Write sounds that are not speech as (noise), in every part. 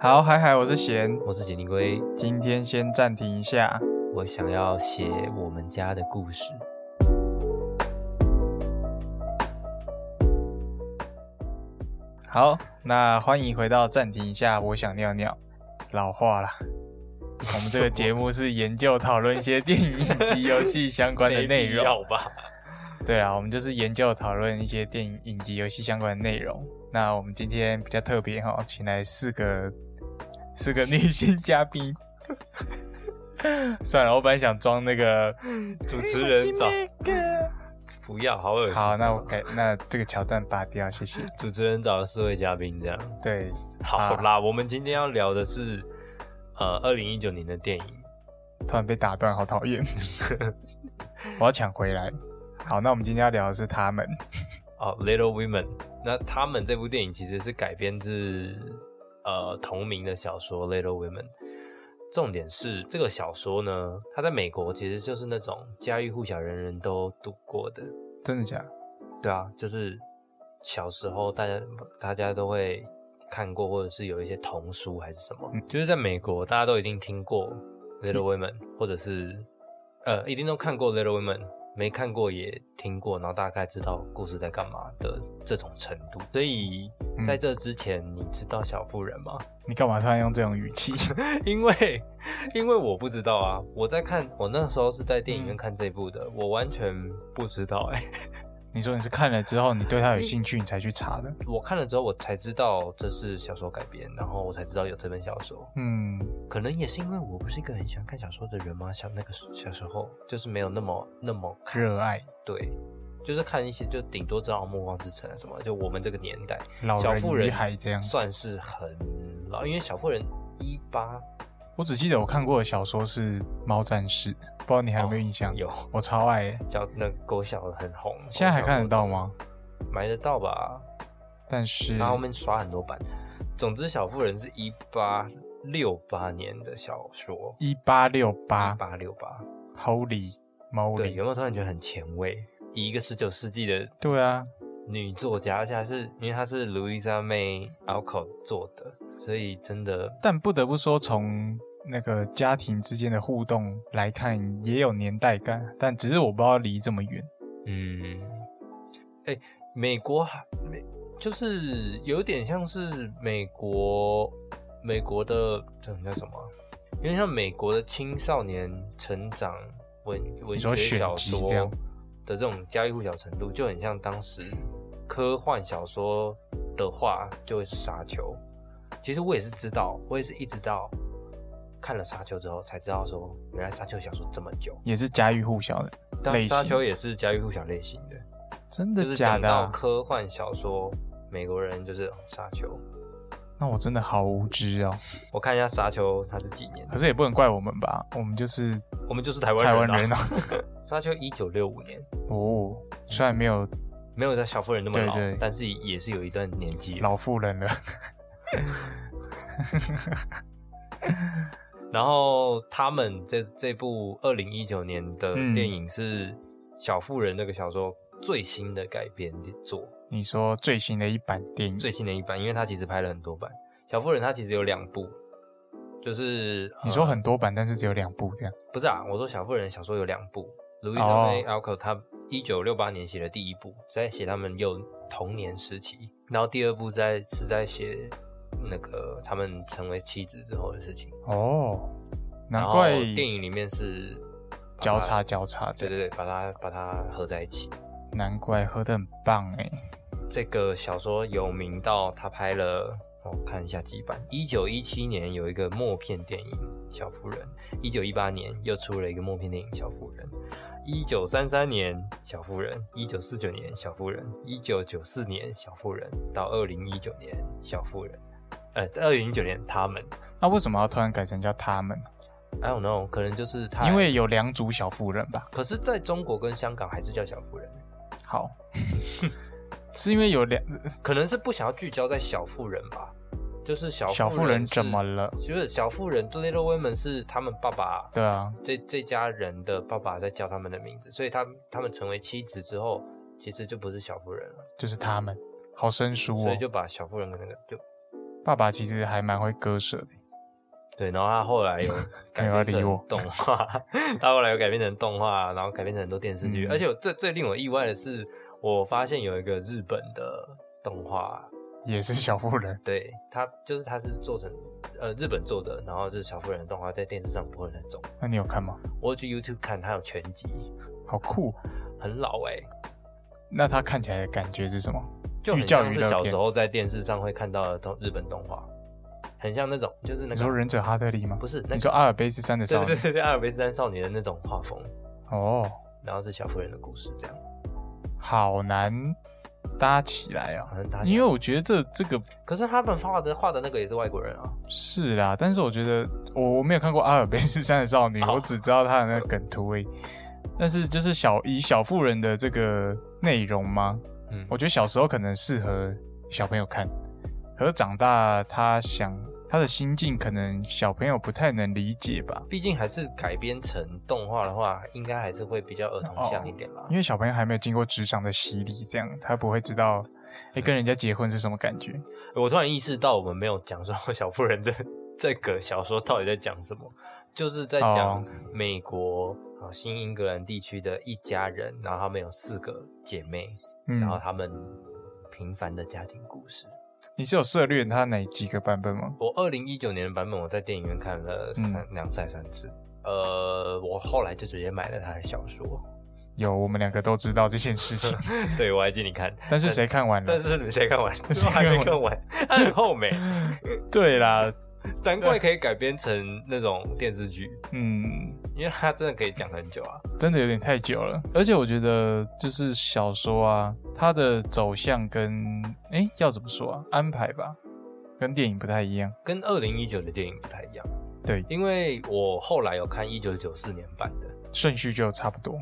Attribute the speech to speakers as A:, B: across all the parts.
A: 好，海海，我是贤，
B: 我是锦鲤龟，
A: 今天先暂停一下。
B: 我想要写我们家的故事。
A: 好，那欢迎回到暂停一下，我想尿尿。老话啦，我们这个节目是研究讨论一些电影及游戏相
B: (laughs)
A: 关的内容。
B: 要吧？
A: 对啊，我们就是研究讨论一些电影、影集、游戏相关的内容。那我们今天比较特别哈，请来四个四个女性嘉宾。 (laughs) 算了，我本来想装那个
B: 主持人找不要，好恶心。
A: 好，那我改那这个桥段拔掉，谢
B: (laughs)
A: 谢。
B: 主持人找了四位嘉宾，这样
A: 对，
B: 好啦。我们今天要聊的是呃，二零一九年的电影。
A: 突然被打断，好讨
B: (laughs)
A: 厌。我要抢回来。好，那我们今天要聊的是他们。
B: 哦，《Little Women》。那他们这部电影其实是改编自呃同名的小说《Little Women》。重点是这个小说呢，它在美国其实就是那种家喻户晓、人人都读过的。
A: 真的假的？
B: 对啊，就是小时候大家大家都会看过，或者是有一些童书还是什么，
A: 嗯
B: 就是在美国大家都已经听过《Little Women》，或者是呃一定都看过《Little Women》，没看过也听过，然后大概知道故事在干嘛的这种程度。所以
A: 嗯
B: 在这之前，你知道小妇人吗？ (laughs)
A: 你干嘛突然用这种语气？ (laughs)
B: 因为因为我不知道啊，我在看我那时候是在电
A: 嗯
B: 影院看这部的，我完全不知道哎、
A: 你说你是看了之后，你对他有兴趣，你才去查的？
B: 我看了之后，我才知道这是小说改编，然后我才知道有这本小说。
A: 嗯，
B: 可能也是因为我不是一个很喜欢看小说的人嘛，小那个时小时候就是没有那么那么看，
A: 热爱
B: 对，就是看一些就顶多知道《暮光之城》啊什么，就我们这个年代，
A: 老
B: 小
A: 人
B: 妇
A: 与
B: 人
A: 海这样。
B: 算是很老，因为小妇人一八
A: 我只记得我看过的小说是《猫战士》，不知道你还有没有印象？
B: 哦有
A: 我超爱耶、
B: 叫那狗小很红，
A: 现在还看得到吗？
B: 买得到吧？
A: 但是，
B: 然后后面刷很多版。总之，小妇人是一八六八年的小说，
A: 一八六八
B: 八六八。
A: ，Holy
B: 对，
A: moly！
B: 有没有突然觉得很前卫？以一个十九世纪的
A: 对啊，
B: 女作家，而且还是因为她是 Louisa May Alcott 做的，所以真的
A: 但不得不说，从那个家庭之间的互动来看，也有年代感，但只是我不知道离这么远。
B: 嗯，哎、美国还美就是有点像是美国美国的这种叫什么啊？有点像美国的青少年成长文文
A: 你说
B: 学
A: 选
B: 小
A: 集
B: 说
A: 这样
B: 的这种家喻户晓程度，就很像当时科幻小说的话，就会是《沙丘》。其实我也是知道，我也是一直到看了《沙丘》之后才知道说，原来《沙丘》小说这么久。
A: 也是家喻户晓的，
B: 但
A: 类
B: 《沙
A: 型
B: 丘》也是家喻户晓类型的。
A: 真
B: 就
A: 的
B: 是
A: 假
B: 讲
A: 的
B: 到
A: 啊、
B: 科幻小说，美国人就是哦沙丘。
A: 那我真的好无知哦。
B: 我看一下沙丘它是几年的
A: 可，是也不能怪我们吧，我们就是
B: 我们就是台湾
A: 台湾
B: 人
A: 人
B: 啊。
A: 啊。 (laughs)
B: 沙丘一九六五年，
A: 哦，虽然没有
B: 没有在小妇人那么
A: 对
B: 老，
A: 对
B: 但是也是有一段年纪。
A: 老妇人了， (laughs)
B: 然后他们这这部二零一九年的
A: 嗯
B: 电影是《小妇人》这个小说最新的改编作，
A: 你说最新的一版电影，
B: 最新的一版，因为它其实拍了很多版。小妇人它其实有两部，就是
A: 你说
B: 呃
A: 很多版，但是只有两部这样。
B: 不是啊，我说小妇人小说有两部，卢易
A: 哦
B: 莎菲· c o 她一九六八年写的第一部，是在写他们幼童年时期，然后第二部在是在写那个他们成为妻子之后的事情。
A: 哦，难
B: 然后
A: 怪
B: 电影里面是把它
A: 交叉，交叉这
B: 对
A: 样，
B: 对对，把它把它合在一起。
A: 难怪喝的很棒哎。
B: 这个小说有名到他拍了，我看一下几版。一九一七年有一个默片电影《小妇人》，一九一八年又出了一个默片电影《小妇人》，一九三三年《小妇人》，一九四九年《小妇人》，一九九四年《小妇人》，到二零一九年《小妇人》，呃，二零一九年他们
A: 那为什么要突然改成叫他们？
B: ，I don't know，可能就是他，
A: 因为有两组小妇人吧？
B: 可是在中国跟香港还是叫小妇人，
A: 好， (laughs) 是因为有两
B: 可能是不想要聚焦在小妇人吧，就是小
A: 小妇人
B: 是
A: 怎么了？
B: 就是小妇人 The Little Women 是他们爸爸
A: 对啊，
B: 这这家人的爸爸在叫他们的名字，所以他他们成为妻子之后，其实就不是小妇人了，
A: 就是他们，好生疏
B: 所
A: 哦
B: 以。就把小妇人跟那个就
A: 爸爸其实还蛮会割舍的。
B: 对，然后他后
A: (laughs)
B: 来有
A: 没有啊
B: 改
A: 要
B: 编
A: 理
B: 成
A: 我
B: 动画， (laughs) 他后来有改编成动画，然后改编成很多电视剧。
A: 嗯
B: 而且我最最令我意外的是，我发现有一个日本的动画，
A: 也是小妇
B: (laughs)
A: 人，
B: 对，它就是它是做成呃日本做的，然后就是小妇人的动画在电视上播的那种。
A: 那你有看吗？
B: 我有去 YouTube 看，它有全集，
A: 好酷！哦
B: 很老哎、
A: 那他看起来的感觉是什么？
B: 就
A: 寓
B: 很
A: 教
B: 像
A: 于
B: 是
A: 乐
B: 小
A: 片
B: 时候在电视上会看到的动日本动画，很像那种就是那
A: 你说
B: 个
A: 忍者哈特利吗？
B: 不是那
A: 你
B: 个
A: 说阿尔卑斯山的
B: 对
A: 少
B: 对
A: 女？
B: 对对阿尔卑斯山少女的那种画风，
A: 哦，
B: 然后是小妇人的故事这样。
A: 好难搭起来
B: 好
A: 哦。
B: 像大家
A: 因为我觉得这这个
B: 可是他们画的画的那个也是外国人啊，
A: 是啦，但是我觉得我我没有看过阿尔卑斯山的少女，
B: 哦
A: 我只知道她的那个梗图而已。但是就是小以小妇人的这个内容吗？
B: 嗯，
A: 我觉得小时候可能适合小朋友看，可是长大他想他的心境可能小朋友不太能理解吧，
B: 毕竟还是改编成动画的话，应该还是会比较儿童向一点吧。
A: 因为小朋友还没有经过职场的洗礼，这样他不会知道，哎、跟人家结婚是什么感觉。
B: 我突然意识到，我们没有讲说小妇人这这个小说到底在讲什么，就是在讲
A: 哦
B: 美国啊新英格兰地区的一家人，然后他们有四个姐妹，
A: 嗯
B: 然，后他们平凡的家庭故事。
A: 你是有涉略他哪几个版本吗？
B: 我二零一九年的版本，我在电影院看了
A: 嗯
B: 三两次还是三次。呃，我后来就直接买了他的小说，
A: 有，我们两个都知道这件事
B: (laughs)
A: 情，
B: 对我还借你看，
A: (laughs) 但是谁看完
B: 但
A: 了？
B: 是你们谁看完？
A: (laughs) 谁
B: 我还
A: 看完
B: 没看完，它很
A: (laughs)
B: 后美，
A: 对啦，
B: 难怪可以改编成那种电视剧，
A: 嗯，
B: 因为它真的可以讲很久啊。
A: 真的有点太久了，而且我觉得就是小说啊，它的走向跟哎、要怎么说啊安排吧，跟电影不太一样。
B: 跟二零一九的电影不太一样，
A: 对，
B: 因为我后来有看一九九四年版的，
A: 顺序就差不多。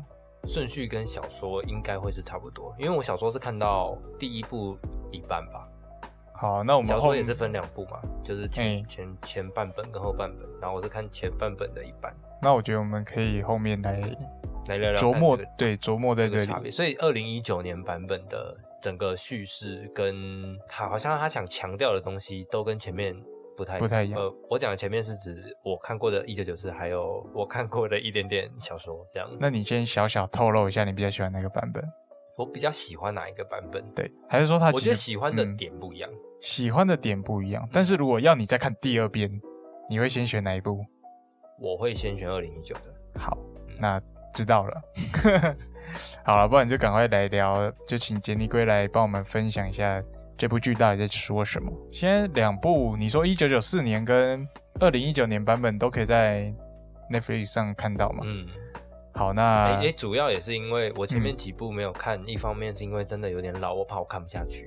B: 顺序跟小说应该会是差不多，因为我小说是看到第一部一半吧，
A: 好，那我们
B: 小
A: 后
B: 说也是分两部嘛，就是前、
A: 哎
B: 前前半本跟后半本，然后我是看前半本的一半
A: 那我觉得我们可以后面来
B: 来聊聊
A: 琢
B: 看
A: 磨
B: 这个，
A: 对，琢磨在
B: 这
A: 这
B: 个差别。
A: 里。
B: 所以二零一九年版本的整个叙事跟他好像他想强调的东西都跟前面不太
A: 不太一样
B: 呃，我讲的前面是指我看过的《一九九四》，还有我看过的一点点小说这样。
A: 那你先小小透露一下，你比较喜欢哪个版本？
B: 我比较喜欢哪一个版本？
A: 对，嗯还是说他
B: 我觉得喜欢的
A: 嗯
B: 点不一样。
A: 喜欢的点不一样？但是如果要你再看第二遍，你会先选哪一部？
B: 我会先选二零一九的。
A: 好，那知道了。 (laughs) 好了，不然就赶快来聊，就请杰尼龟来帮我们分享一下这部剧到底在说什么。现在两部，你说一九九四年跟二零一九年版本都可以在 Netflix 上看到嘛？
B: 嗯，
A: 好，
B: 哎、
A: 那
B: 哎主要也是因为我前面
A: 嗯
B: 几部没有看，一方面是因为真的有点老，我怕我看不下去；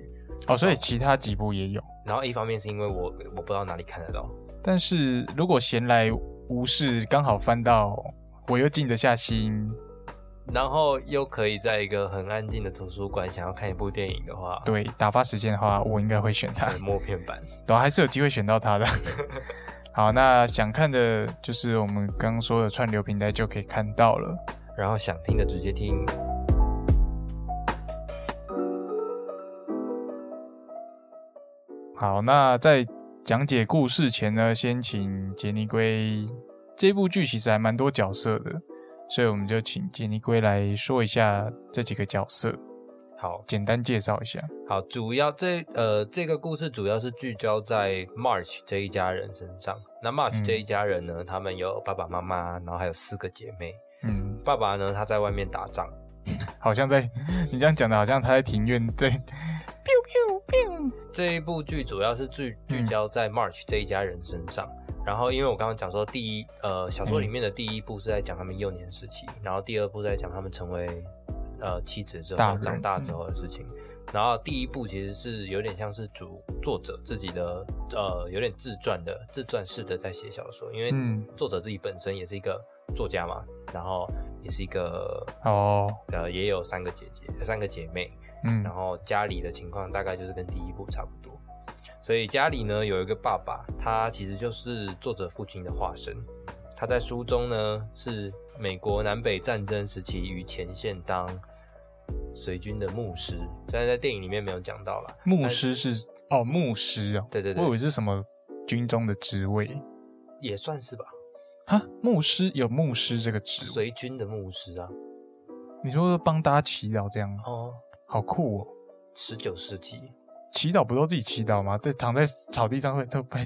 A: 哦，所以其他几部也有，
B: 然后一方面是因为我我不知道哪里看得到。
A: 但是如果闲来无事，刚好翻到，我又静得下心，
B: 然后又可以在一个很安静的图书馆，想要看一部电影的话，
A: 对，打发时间的话，我应该会选它。
B: 对，默片版。
A: 然后还是有机会选到他
B: (laughs)
A: 的。好，那想看的就是我们刚刚说的串流平台就可以看到了。
B: 然后想听的直接听。
A: 好，那在讲解故事前呢，先请杰尼龟。这部剧其实还蛮多角色的，所以我们就请杰尼龟来说一下这几个角色，
B: 好
A: 简单介绍一下。
B: 好，主要这呃这个故事主要是聚焦在 March 这一家人身上。那 March
A: 嗯
B: 这一家人呢，他们有爸爸妈妈，然后还有四个姐妹。
A: 嗯，
B: 爸爸呢，他在外面打仗，
A: 好像在 (laughs) 你这样讲的，好像他在庭院在 (laughs)
B: 这一部剧主要是聚聚
A: 嗯
B: 焦在 March 这一家人身上。然后，因为我刚刚讲说，第一，呃，小说里
A: 嗯
B: 面的第一部是在讲他们幼年时期，然后第二部在讲他们成为呃妻子之
A: 大
B: 后
A: 人嗯
B: 长大之后的事情。然后第一部其实是有点像是主作者自己的呃有点自传的自传式的在写小说，因为
A: 嗯
B: 作者自己本身也是一个作家嘛，然后也是一个
A: 哦，
B: 呃也有三个姐姐三个姐妹，
A: 嗯
B: 然后家里的情况大概就是跟第一部差不多。所以家里呢有一个爸爸，他其实就是作者父亲的化身。他在书中呢是美国南北战争时期于前线当随军的牧师，虽然在电影里面没有讲到啦，
A: 牧师是哦，牧师哦，
B: 对对
A: 我以为
B: 对，
A: 是什么军中的职位
B: 也算是吧，
A: 哈，牧师有牧师这个职位，
B: 随军的牧师啊。
A: 你说帮大家祈祷这样，
B: 哦，
A: 好酷哦！
B: 十九世纪，
A: 祈祷不都自己祈祷吗？在躺在草地上会都
B: (laughs)
A: 被
B: (laughs)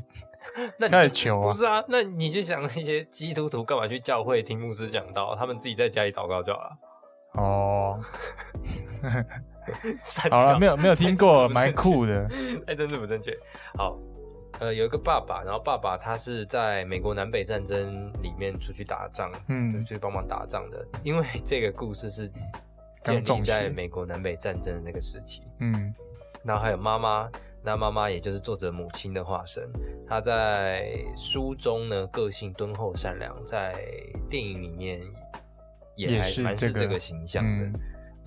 B: 那你
A: 开始求
B: 不
A: 啊，
B: 是啊？那你就想那些基督徒干嘛去教会听牧师讲道？他们自己在家里祷告就好了。 (laughs)
A: 哦，
B: 三
A: 好了，
B: 条
A: 没有没有听
B: (laughs)
A: 过，
B: 太
A: 蛮
B: 正确
A: 酷的。
B: (laughs) 哎，真是不正确。好，呃，有一个爸爸，然后爸爸他是在美国南北战争里面出去打仗，就
A: 嗯，
B: 去帮忙打仗的。因为这个故事是
A: 刚
B: 建立
A: 中邪
B: 在美国南北战争的那个时期。
A: 嗯，
B: 然后还有妈妈，那妈妈也就是作者母亲的化身。她在书中呢，个性敦厚善良，在电影里面也
A: 也
B: 还
A: 是
B: 蛮是
A: 这个
B: 这个形象的。
A: 嗯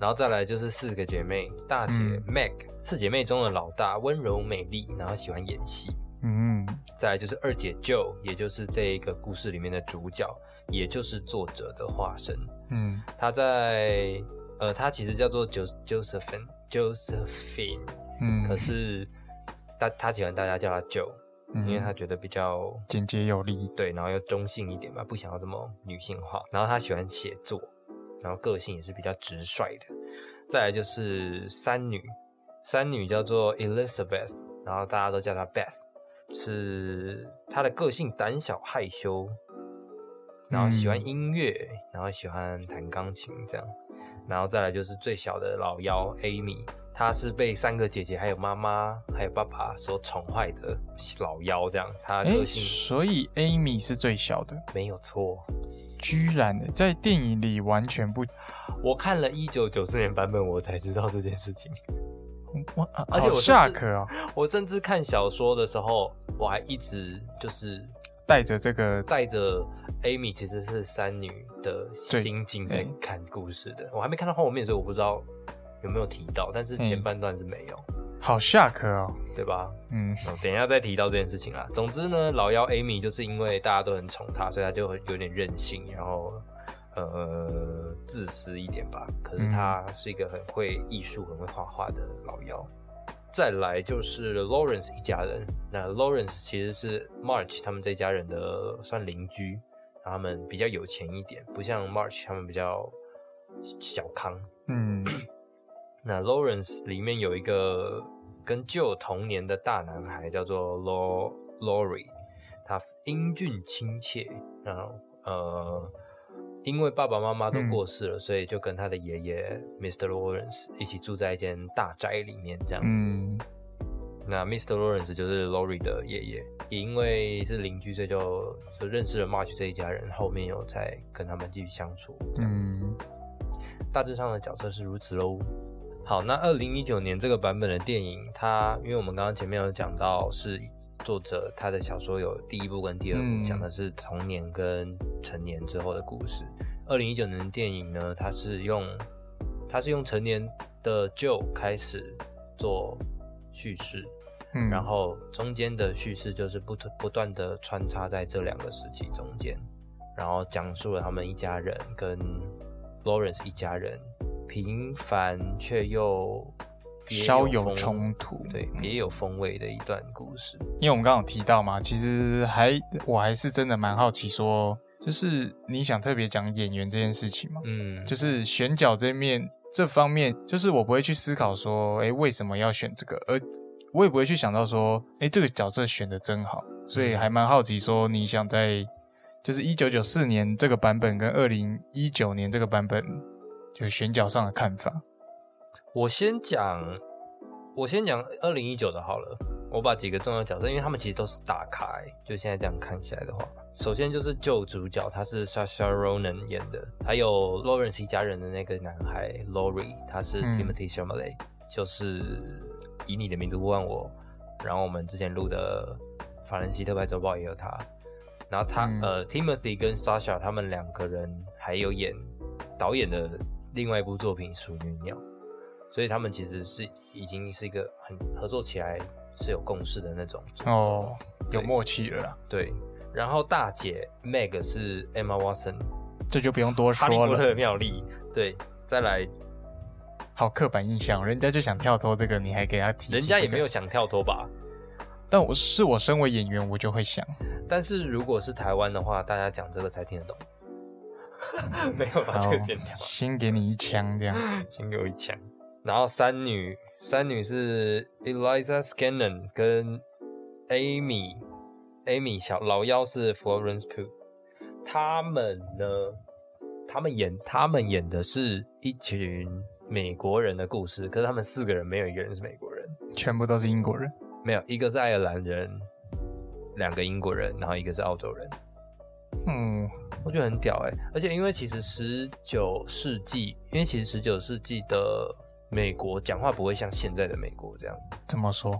B: 然后再来就是四个姐妹，大姐
A: 嗯
B: Meg，、四姐妹中的老大，温柔美丽，然后喜欢演戏。
A: 嗯，
B: 再来就是二姐 Joe，也就是这一个故事里面的主角，也就是作者的化身。
A: 嗯，
B: 她在呃，她其实叫做 Jo Josephine Josephine，
A: 嗯，
B: 可是他他喜欢大家叫他 Joe，、
A: 嗯
B: 因为他觉得比较
A: 简洁有力，
B: 对，然后又中性一点吧，不想要这么女性化。然后他喜欢写作，然后个性也是比较直率的。再来就是三女，三女叫做 Elizabeth，然后大家都叫她 Beth，是她的个性胆小害羞，然后喜欢
A: 嗯
B: 音乐，然后喜欢弹钢琴这样。然后再来就是最小的老幺 Amy，她是被三个姐姐、还有妈妈、还有爸爸所宠坏的老幺，这样她
A: 哎、
B: 个性
A: 所以 Amy 是最小的，
B: 没有错。
A: 居然、欸、在电影里完全不，
B: 我看了一九九四年版本，我才知道这件事情。 (laughs)
A: 哇，啊
B: 而且
A: 好
B: 我甚至
A: 下课哦，
B: 我甚至看小说的时候，我还一直就是
A: 带着这个，
B: 带着 Amy 其实是三女的心境
A: 对
B: 在看故事的。我还没看到后面，所以我不知道有没有提到，但是前
A: 嗯
B: 半段是没有，
A: 好下课哦，
B: 对吧？
A: 嗯
B: 哦等一下再提到这件事情啦。总之呢，老妖 Amy 就是因为大家都很宠她，所以她就很有点任性，然后呃自私一点吧。可是她是一个很会艺术、很会画画的老妖。再来就是 Lawrence 一家人，那 Lawrence 其实是 March 他们这家人的算邻居，然后他们比较有钱一点，不像 March 他们比较小康， (coughs)
A: 嗯，
B: 那 Lawrence 里面有一个跟 Joe 同年的大男孩，叫做 Law Laurie，他英俊亲切，然后呃，因为爸爸妈妈都过世了，所以就跟他的爷爷 Mr. Lawrence 一起住在一间大宅里面这样子。
A: 嗯
B: 那 Mr. Lawrence 就是 Laurie 的爷爷，也因为是邻居，所以就就认识了 March 这一家人，后面有再跟他们继续相处这样子。
A: 嗯，
B: 大致上的角色是如此喽。好，那二零一九年这个版本的电影，它因为我们刚刚前面有讲到是作者他的小说有第一部跟第二
A: 嗯
B: 部，讲的是童年跟成年之后的故事。二零一九年的电影呢，它是用它是用成年的 Joe 开始做叙事，
A: 嗯
B: 然后中间的叙事就是不断不断的穿插在这两个时期中间，然后讲述了他们一家人跟 Lawrence 一家人平凡却又别
A: 稍有
B: 风
A: 冲突，嗯
B: 对别有风味的一段故事。
A: 因为我们刚刚有提到嘛，其实还我还是真的蛮好奇说，就是你想特别讲演员这件事情吗？
B: 嗯，
A: 就是是选角这面这方面，就是我不会去思考说，诶，为什么要选这个，而我也不会去想到说，诶，这个角色选的真好，所以还蛮好奇说，你想在就是一九九四年这个版本跟二零一九年这个版本，就选角上的看法。
B: 我先讲，我先讲二零一九的好了。我把几个重要角色，因为他们其实都是大咖、欸，就现在这样看起来的话，首先就是旧主角，他是 Sasha Ronan 演的，还有 Lawrence 一家人的那个男孩 Laurie，他是
A: 嗯
B: Timothy Chalamet，、就是以你的名字呼唤我，然后我们之前录的法兰西特派周报也有他，然后他、
A: 嗯
B: 呃 Timothy 跟 Sasha 他们两个人还有演导演的另外一部作品《属于鸟》，所以他们其实是已经是一个很合作起来是有共识的那种组合
A: 哦，有
B: 对
A: 默契了啦，
B: 对。然后大姐 Meg 是 Emma Watson，
A: 这就不用多
B: 哈利
A: 说
B: 波特
A: 了。
B: 的妙丽，对，再来
A: 好刻板印象，人家就想跳脱这个，你还给他提、
B: 人家也没有，想跳脱吧？
A: 但我是我身为演员，我就会想，
B: 但是如果是台湾的话，大家讲这个才听得懂。哦没有 (laughs) 把这个剪掉
A: 好，先给你一枪这样。
B: 先给我一枪。然后三女，三女是 Eliza Scanlon 跟 Amy，Amy 小老幺是 Florence Pugh。他们呢，他们演他们演的是一群美国人的故事，可是他们四个人没有一个人是美国人，
A: 全部都是英国人，
B: 没有一个是爱尔兰人，两个英国人，然后一个是澳洲人。
A: 嗯，
B: 我觉得很屌哎、而且因为其实十九世纪，因为其实十九世纪的美国讲话不会像现在的美国这样，
A: 怎么说？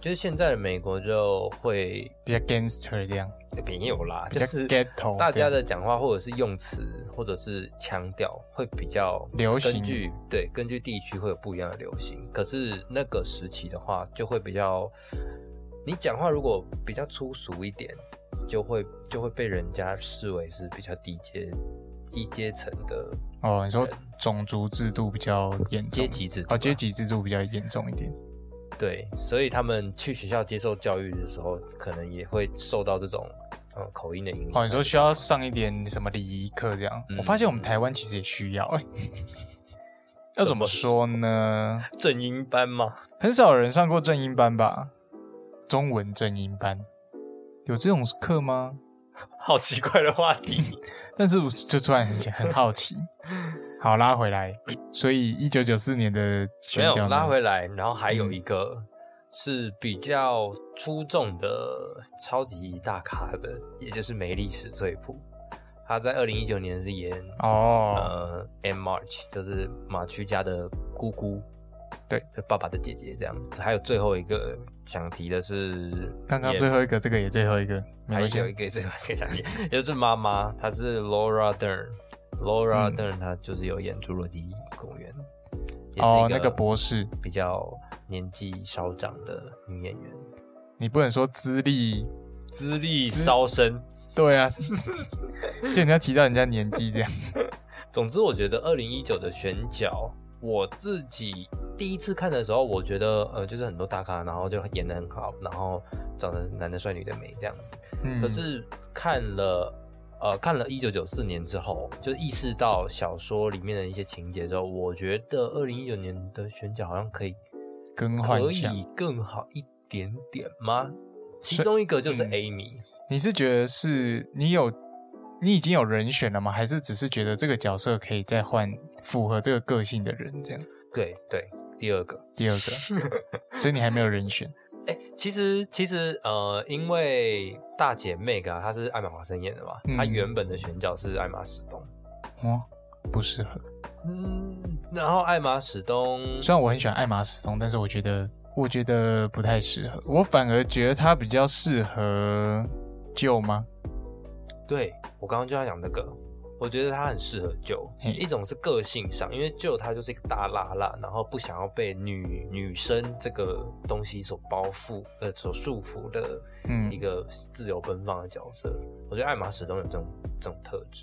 B: 就是现在的美国就会
A: 比较 gangster 这样，
B: 没有啦，
A: 比
B: 就
A: 较
B: 是
A: ghetto，
B: 大家的讲话或者是用词或者是腔调会比较
A: 流行
B: 根据对根据地区会有不一样的流行。可是那个时期的话，就会比较你讲话如果比较粗俗一点，就会就会被人家视为是比较低阶低阶层的
A: 哦，你说种族制度比较严重，
B: 阶级嗯制度吧
A: 哦，阶级制度比较严重一点。
B: 对，所以他们去学校接受教育的时候，可能也会受到这种呃口音的影响。
A: 哦，你说需要上一点什么礼仪课这样？
B: 嗯
A: 我发现我们台湾其实也需要、哎要
B: 怎
A: 怎么
B: 么
A: 说呢？
B: 正音班吗？
A: 很少人上过正音班吧？中文正音班有这种课吗？
B: 好奇怪的话题。
A: 但是我就突然很想很好
B: (laughs)
A: 奇。好，拉回来。所以一九九四年的嗯
B: 没
A: 选
B: 有
A: 角呢
B: 拉回来，然后还有一个是比较出众的超级大咖的，也就是梅丽史翠普。她在二零一九年是演、
A: 哦，
B: 呃 M March，就是马区家的姑姑，
A: 对，
B: 就爸爸的姐姐这样。还有最后一个想提的是，
A: 刚刚
B: 也
A: 最后一个，这个也最后一个，没
B: 还
A: 关系
B: 有一。个最后一个想提，也就是妈妈，她是 Laura Dern。Laura
A: 嗯
B: Dern 她就是有演《侏罗纪公园》，也是
A: 哦
B: 一，
A: 那个博士，
B: 比较年纪稍长的女演员，
A: 你不能说资历，
B: 资历稍深。
A: 对
B: (laughs)
A: 啊，就你要提到人家年纪这样。
B: 总之，我觉得二零一九的选角，我自己第一次看的时候，我觉得呃，就是很多大咖，然后就演的很好，然后长得男的帅，女的美这样子。
A: 嗯，
B: 可是看了。呃，看了一九九四年之后，就意识到小说里面的一些情节之后，我觉得二零一九年的选角好像可以
A: 更换
B: 可
A: 一下，
B: 以更好一点点吗？其
A: 所以
B: 中一个就是
A: 嗯
B: Amy，、
A: 你是觉得是你有你已经有人选了吗？还是只是觉得这个角色可以再换符合这个个性的人这样？
B: 对对，第二个，
A: 第二
B: (laughs)
A: 个，所以你还没有人选
B: 哎、其实其实呃，因为大姐妹啊，她是艾玛华森演的嘛，她
A: 嗯
B: 原本的选角是艾玛史东，
A: 哦，不适合。
B: 嗯，然后艾玛史东，
A: 虽然我很喜欢艾玛史东，但是我觉得我觉得不太适合，我反而觉得他比较适合舅吗？
B: 对我刚刚就要讲这个，我觉得她很适合救，
A: 嘿
B: 一种是个性上，因为救她就是一个大辣辣，然后不想要被女女生这个东西所包覆，呃，所束缚的
A: 嗯
B: 一个自由奔放的角色，我觉得艾玛史东有这种这种特质。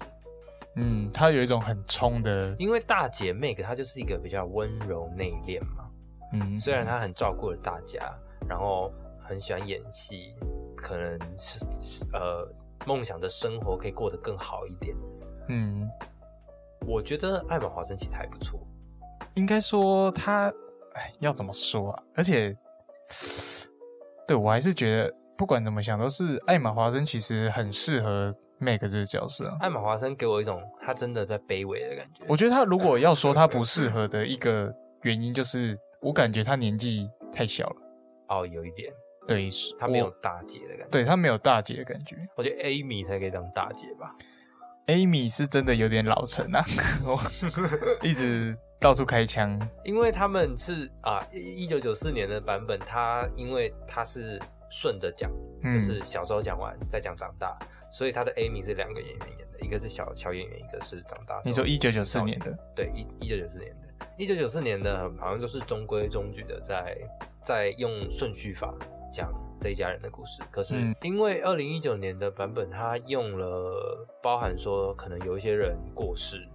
A: 嗯，他有一种很冲的，
B: 因为大姐妹给她就是一个比较温柔内敛嘛，
A: 嗯，
B: 虽然她很照顾了大家，然后很喜欢演戏，可能是是呃梦想着生活可以过得更好一点。
A: 嗯，
B: 我觉得艾玛华森其实还不错，
A: 应该说他，哎，要怎么说啊？而且，对我还是觉得不管怎么想，都是艾玛华森其实很适合 Meg 这个角色啊。
B: 艾玛华森给我一种她真的在卑微的感觉。
A: 我觉得他如果要说他不适合的一个原因，就是我感觉他年纪太小了，
B: 哦，有一点
A: 对，
B: 她没有
A: 我，
B: 大姐的感觉。
A: 对他没有大姐的感觉。
B: 我觉得 Amy 才可以当大姐吧。
A: Amy 是真的有点老成啊， (laughs) 我一直到处开枪，
B: (laughs) 因为他们是啊，一九九四年的版本，她因为她是顺着讲，
A: 嗯，
B: 就是小时候讲完再讲长大，所以他的 Amy 是两个演员演的，一个是小小演员，一个是长大。
A: 你说一九九四年的，
B: 对一一九九四年的，一九九四年的好像就是中规中矩的在在用顺序法讲这一家人的故事。可是
A: 嗯
B: 因为二零一九年的版本，他用了包含说可能有一些人过世，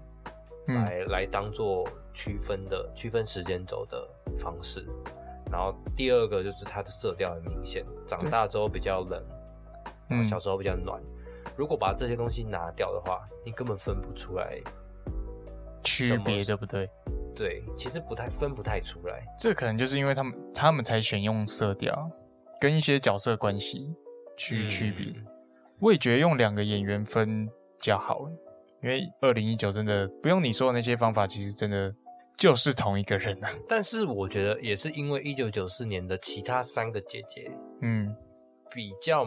A: 嗯
B: 来、来当做区分的区分时间轴的方式。然后第二个就是它的色调很明显，长大之后比较冷，然
A: 嗯
B: 后小时候比较暖。如果把这些东西拿掉的话，你根本分不出来。
A: 区
B: 什么
A: 别
B: 是
A: 对不对？
B: 对，其实不太分不太出来。
A: 这可能就是因为他们他们才选用色调跟一些角色关系去区别。
B: 嗯
A: 我也觉得用两个演员分较好，因为二零一九真的不用你说的那些方法，其实真的就是同一个人啊。
B: 但是我觉得也是因为一九九四年的其他三个姐姐
A: 嗯，
B: 比较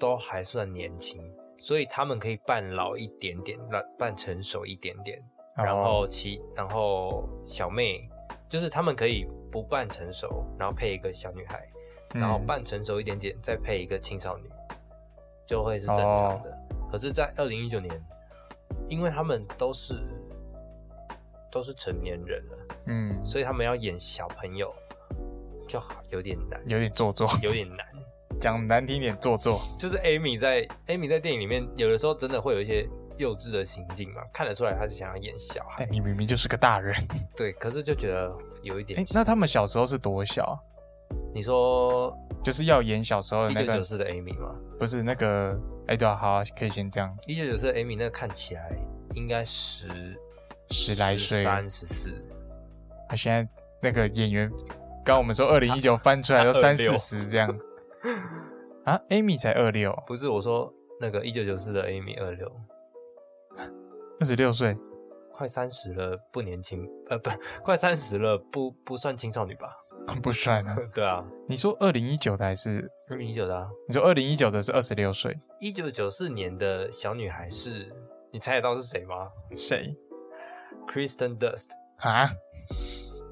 B: 都还算年轻，所以他们可以扮老一点点，扮扮成熟一点点。
A: 哦
B: 然后其然后小妹就是他们可以不扮成熟，然后配一个小女孩，然后
A: 半
B: 扮成熟一点点，再配一个青少女，就会是正常的。可是，在二零一九年，因为他们都是都是成年人了，
A: 嗯嗯
B: 所以他们要演小朋友就好有点难，
A: 有点做作，
B: 有点难。
A: 讲难听点做作。
B: 就是 Amy 在 Amy 在电影里面，有的时候真的会有一些幼稚的行径嘛，看得出来她是想要演小孩
A: 但。哎你明明就是个大人。
B: 对，可是就觉得有一点。
A: 哎，那他们小时候是多小啊？
B: 你说
A: 就是要演小时候的
B: 一
A: 那
B: 九
A: 段
B: 九，四的 Amy 吗？
A: 不是那个？哎，对啊，好啊，可以先这样。
B: 一九九四的 Amy 那个看起来应该十
A: 十来岁
B: 三十四，
A: 他啊现在那个演员，刚刚我们说二零一九翻出来都
B: 他
A: 三
B: 26
A: 四十这样。啊，Amy 才二六，
B: 不是我说那个一九九四的 Amy 二六，
A: 二十六岁，
B: 快三十了不年轻，呃不，快三十了不不算青少女吧？ (laughs)
A: 不算啊。
B: 对啊，
A: 你说二零一九的还是？
B: 二零一九的、啊，
A: 你说二零一九的是二十六岁，
B: 一九九四年的小女孩是，你猜得到是谁吗
A: 谁
B: ？Kristen Dust，
A: 啊？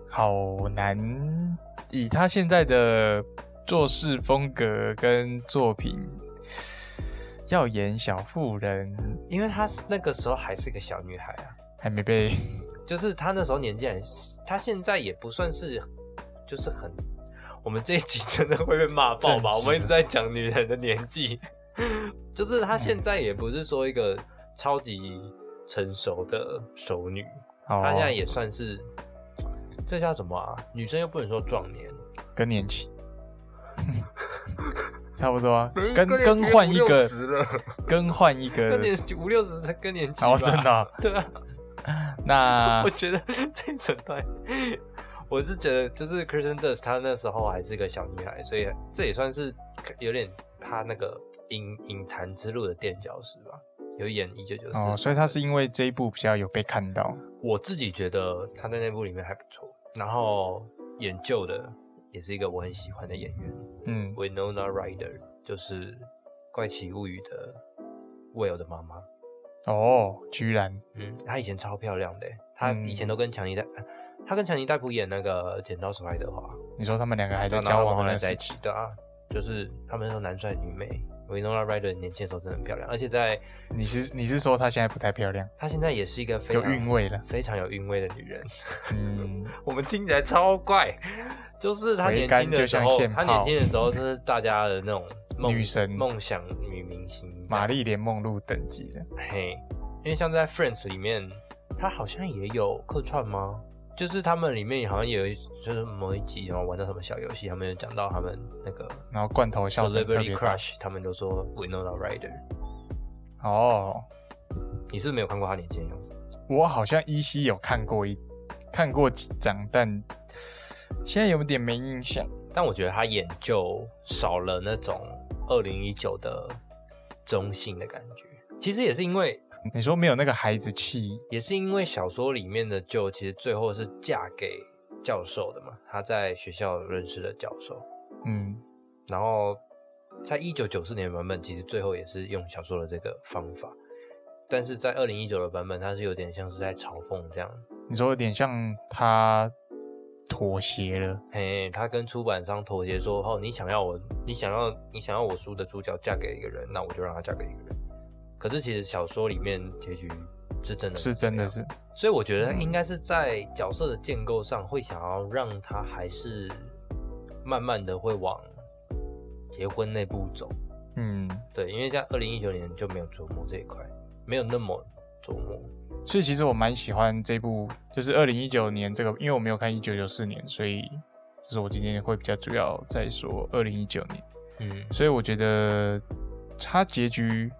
A: 好难，以他现在的做事风格跟作品，要演小妇人
B: 因为她是那个时候还是个小女孩啊，
A: 还没被 (laughs)
B: 就是她那时候年纪很，她现在也不算是，就是很。我们这一集真的会被骂
A: (laughs)
B: 爆吧？
A: 正直
B: 我们一直在讲女人的年纪， (laughs) 就是她现在也不是说一个超级成熟的熟女，
A: 哦
B: 她现在也算是，这叫什么啊？女生又不能说壮年，
A: 更年期，
B: (laughs)
A: 差不多啊，更
B: 更年
A: 更
B: 期
A: 换一个
B: 50了，
A: 更换一个
B: (laughs) 更，年五六十才更年期吧
A: 哦，真的啊、
B: (laughs) 对啊，
A: 那
B: (laughs)
A: 哦
B: 我
A: 啊
B: 觉得这一整段，我是觉得就是 Kristen Dust 她那时候还是个小女孩，所以这也算是有点她那个影影坛之路的垫脚石吧。有演一九九四
A: 哦，所以他是因为这一部比较有被看到，
B: 我自己觉得她在那部里面还不错，然后演旧的也是一个我很喜欢的演员
A: 嗯，
B: Winona Ryder，就是《怪奇物语》的 Will 的妈妈。
A: 哦，居然
B: 嗯，她以前超漂亮的欸，她
A: 嗯
B: 以前都跟强尼戴，她跟强尼戴普演那个《剪刀手爱德华》，
A: 你说他们两个还在
B: 对啊
A: 交往
B: 然后他
A: 的
B: 们
A: 那
B: 还在
A: 时
B: 一起
A: 期，
B: 对啊，就是他们说男帅女美。Winona Ryder 年轻的时候真的很漂亮，而且在
A: 你是你是说她现在不太漂亮，
B: 她现在也是一个非
A: 有
B: 常
A: 韵味了，
B: 非常有韵味的女人。 (laughs)
A: 嗯，
B: 我们听起来超怪，就是她
A: 回
B: 年
A: 甘
B: 轻的
A: 就
B: 时
A: 像
B: 候
A: 线，
B: 她
A: 炮
B: 年轻的时候就是大家的
A: (laughs)
B: 那种梦
A: 女神
B: 梦想女明星这样
A: 玛丽莲梦露等级的，
B: 嘿，因为像在 Friends 里面，他好像也有客串吗？就是他们里面好像也有一，就是某一集然哦后玩到什么小游戏，他们有讲到他们那个
A: 然后罐头笑声哦特
B: Celebrity
A: 别大，
B: Crush，他们都说 Winona Ryder。
A: 哦，
B: 你是不是没有看过他年轻的样子？
A: 我好像依稀有看过一看过几张，但现在有点没印象。
B: 但我觉得他演就少了那种二零一九的中性的感觉。其实也是因为，
A: 你说没有那个孩子气，
B: 也是因为小说里面的就其实最后是嫁给教授的嘛，他在学校认识的教授。
A: 嗯，
B: 然后在一九九四年的版本，其实最后也是用小说的这个方法，但是在二零一九的版本，它是有点像是在嘲讽这样，
A: 你说有点像他妥协了，
B: 嘿，他跟出版商妥协说，哦，你想要我，你想要你想要我书的主角嫁给一个人，那我就让她嫁给一个人。可是其实小说里面结局是真的
A: 是真的是，
B: 所以我觉得应该是在角色的建构上，会想要让他还是慢慢的会往结婚那步走。
A: 嗯，
B: 对，因为在二零一九年就没有琢磨这一块，没有那么琢磨。
A: 所以其实我蛮喜欢这部，就是二零一九年这个，因为我没有看一九九四年，所以就是我今天会比较主要在说二零一九年。
B: 嗯
A: 所以我觉得他结局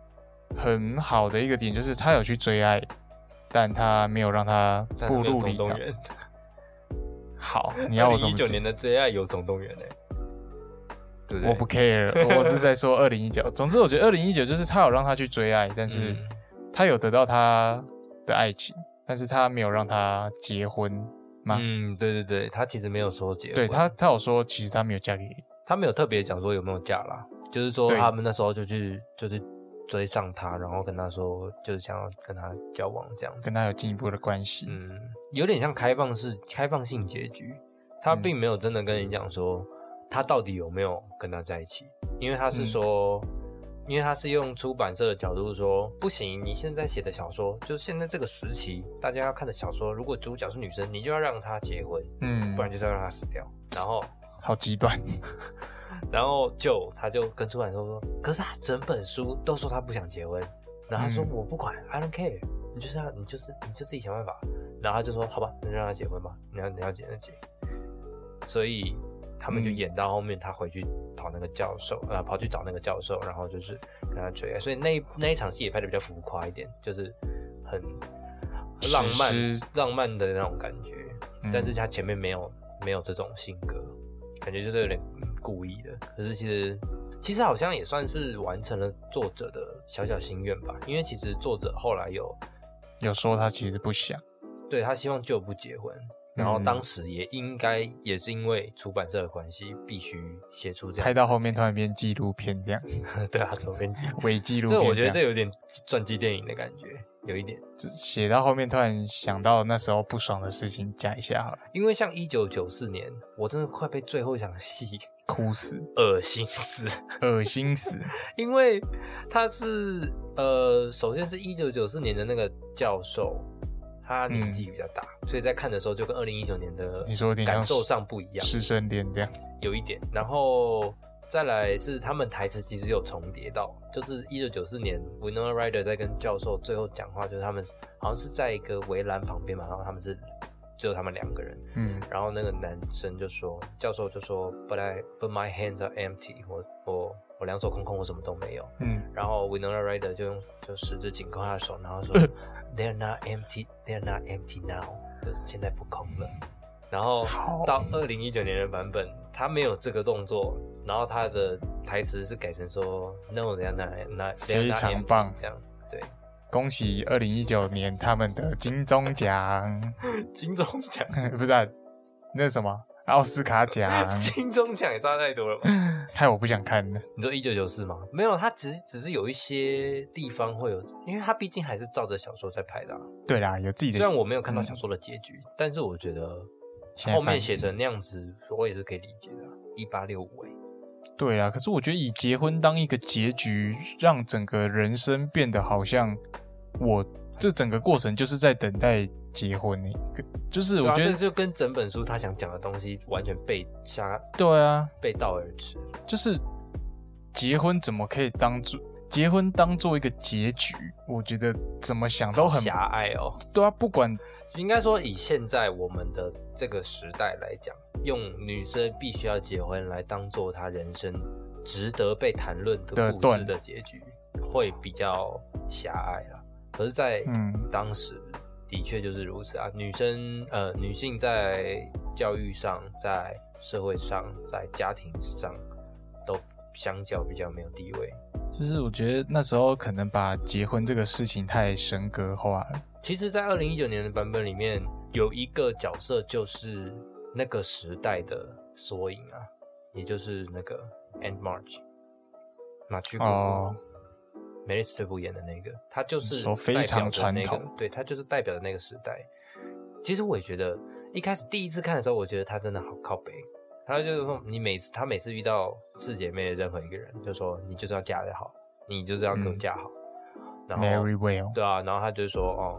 A: 很好的一个点就是他有去追爱，但他没有让他
B: 但他
A: 步
B: 没有
A: 入
B: 总
A: 离
B: 动
A: 场。
B: 员，
A: 好，你要我怎
B: 一
A: 么
B: 九
A: 解？
B: 年的最爱有总动员呢、对不对？
A: 我不 care，我
B: (laughs)
A: 只是在说二零一九。总之，我觉得二零一九就是他有让他去追爱，但是
B: 嗯
A: 他有得到他的爱情，但是他没有让他结婚吗？
B: 嗯，对对对，他其实没有说结婚，
A: 对他，他有说其实他没有嫁给
B: 他没有特别讲说有没有嫁啦，就是说
A: 对
B: 他们那时候就去就是追上他，然后跟他说就是想要跟他交往这样子。
A: 跟他有进一步的关系。
B: 嗯，有点像开放式开放性结局，他
A: 嗯
B: 并没有真的跟你讲说他到底有没有跟他在一起，因为他
A: 嗯
B: 是说，因为他是用出版社的角度说，不行，你现在写的小说，就是现在这个时期大家要看的小说，如果主角是女生，你就要让她结婚，
A: 嗯
B: 不然就是要让她死掉。然后，
A: 好极端。
B: 然后就他就跟出版社说，可是他整本书都说他不想结婚，然后他说、
A: 嗯
B: 我不管，I don't care，你就是要你就是你就自己想办法，然后他就说好吧，那就让他结婚吧，你要你要结那结，所以他们就
A: 嗯
B: 演到后面，他回去跑那个教授，呃，跑去找那个教授，然后就是跟他追爱，所以那一那一场戏也拍的比较浮夸一点，就是很浪漫
A: 史诗
B: 浪漫的那种感觉，
A: 嗯
B: (laughs) 但是他前面没有没有这种性格，感觉就是有点嗯故意的。可是其实其实好像也算是完成了作者的小小心愿吧，因为其实作者后来有
A: 有说他其实不想。
B: 对他希望就不结婚，然后
A: 嗯
B: 当时也应该也是因为出版社的关系，必须写出这样
A: 拍到后面突然变纪录片这样，
B: (laughs) 对啊，走编辑，
A: 伪纪录
B: 这
A: 片样。
B: 我觉得这有点传记电影的感觉，有一点。
A: 这写到后面突然想到那时候不爽的事情，讲一下好了，
B: 因为像一九九四年，我真的快被最后一场戏 (laughs)
A: 哭死，
B: 恶心死。
A: 恶心
B: (laughs)
A: 死。
B: 因为他是呃，首先是一九九四年的那个教授，他年纪比较大，所以在看的时候就跟二零一九年的
A: 嗯你说有点像
B: 感受上不一样，
A: 师生恋这样，
B: 有一点。然后再来是他们台词其实有重叠到，就是一九九四年 Winona Ryder 在跟教授最后讲话，就是他们好像是在一个围栏旁边嘛，然后他们是只有他们两个人，
A: 嗯
B: 然后那个男生就说，教授就说，But I but my hands are empty，我我我两手空空，我什么都没有。
A: 嗯，
B: 然后 Winona Ryder 就用就十指紧扣他的手，
A: (laughs)
B: 然后说 They're not empty, They're not empty now，就是现在不空了。然后
A: 好
B: 到二零一九年的版本，他没有这个动作，然后他的台词是改成说 No, they're not, not they're
A: 非
B: not
A: 常
B: empty，
A: 棒
B: 这样对。
A: 恭喜二零一九年他们的金钟奖， (laughs)
B: 金钟奖，
A: 不是、啊、那什么奥斯卡
B: (laughs)
A: 奖，
B: 金钟奖也差太多了吧？
A: 害我不想看了。
B: 你说一九九四吗？没有，他只是只是有一些地方会有，因为他毕竟还是照着小说在拍的、啊。
A: 对啦，有自己的
B: 虽然我没有看到
A: 嗯
B: 小说的结局，但是我觉得
A: 现在
B: 后面
A: 翻
B: 写成那样子，我也是可以理解的啊。一八六五，哎，
A: 对啦，可是我觉得以结婚当一个结局，让整个人生变得好像我这整个过程就是在等待结婚欸，可就是
B: 对
A: 我
B: 啊
A: 觉
B: 这
A: 得
B: 就跟整本书他想讲的东西完全背下
A: 对啊，
B: 背道而驰。
A: 就是结婚怎么可以当做结婚当做一个结局？我觉得怎么想都很
B: 狭隘哦。
A: 对啊，不管
B: 应该说，以现在我们的这个时代来讲，用女生必须要结婚来当做她人生值得被谈论
A: 的
B: 的故事
A: 段
B: 的结局，会比较狭隘啦。可是，在
A: 嗯
B: 当时的确就是如此啊。女生呃，女性在教育上、在社会上、在家庭上，都相较比较没有地位。
A: 就是我觉得那时候可能把结婚这个事情太神格化了，
B: 其实，在二零一九年的版本里面，有一个角色就是那个时代的缩影啊，也就是那个 End March，马居古
A: 哦
B: 梅丽史翠普演的那个，他就是
A: 说非常
B: 代表的那个
A: 传统
B: 对他就是代表的那个时代。其实我也觉得，一开始第一次看的时候，我觉得他真的好靠北。他就是说，你每次他每次遇到四姐妹的任何一个人，就说你就是要嫁得好，你就是要给我
A: 嗯
B: 嫁好。然后
A: Mary Well，
B: 对啊，然后他就说哦，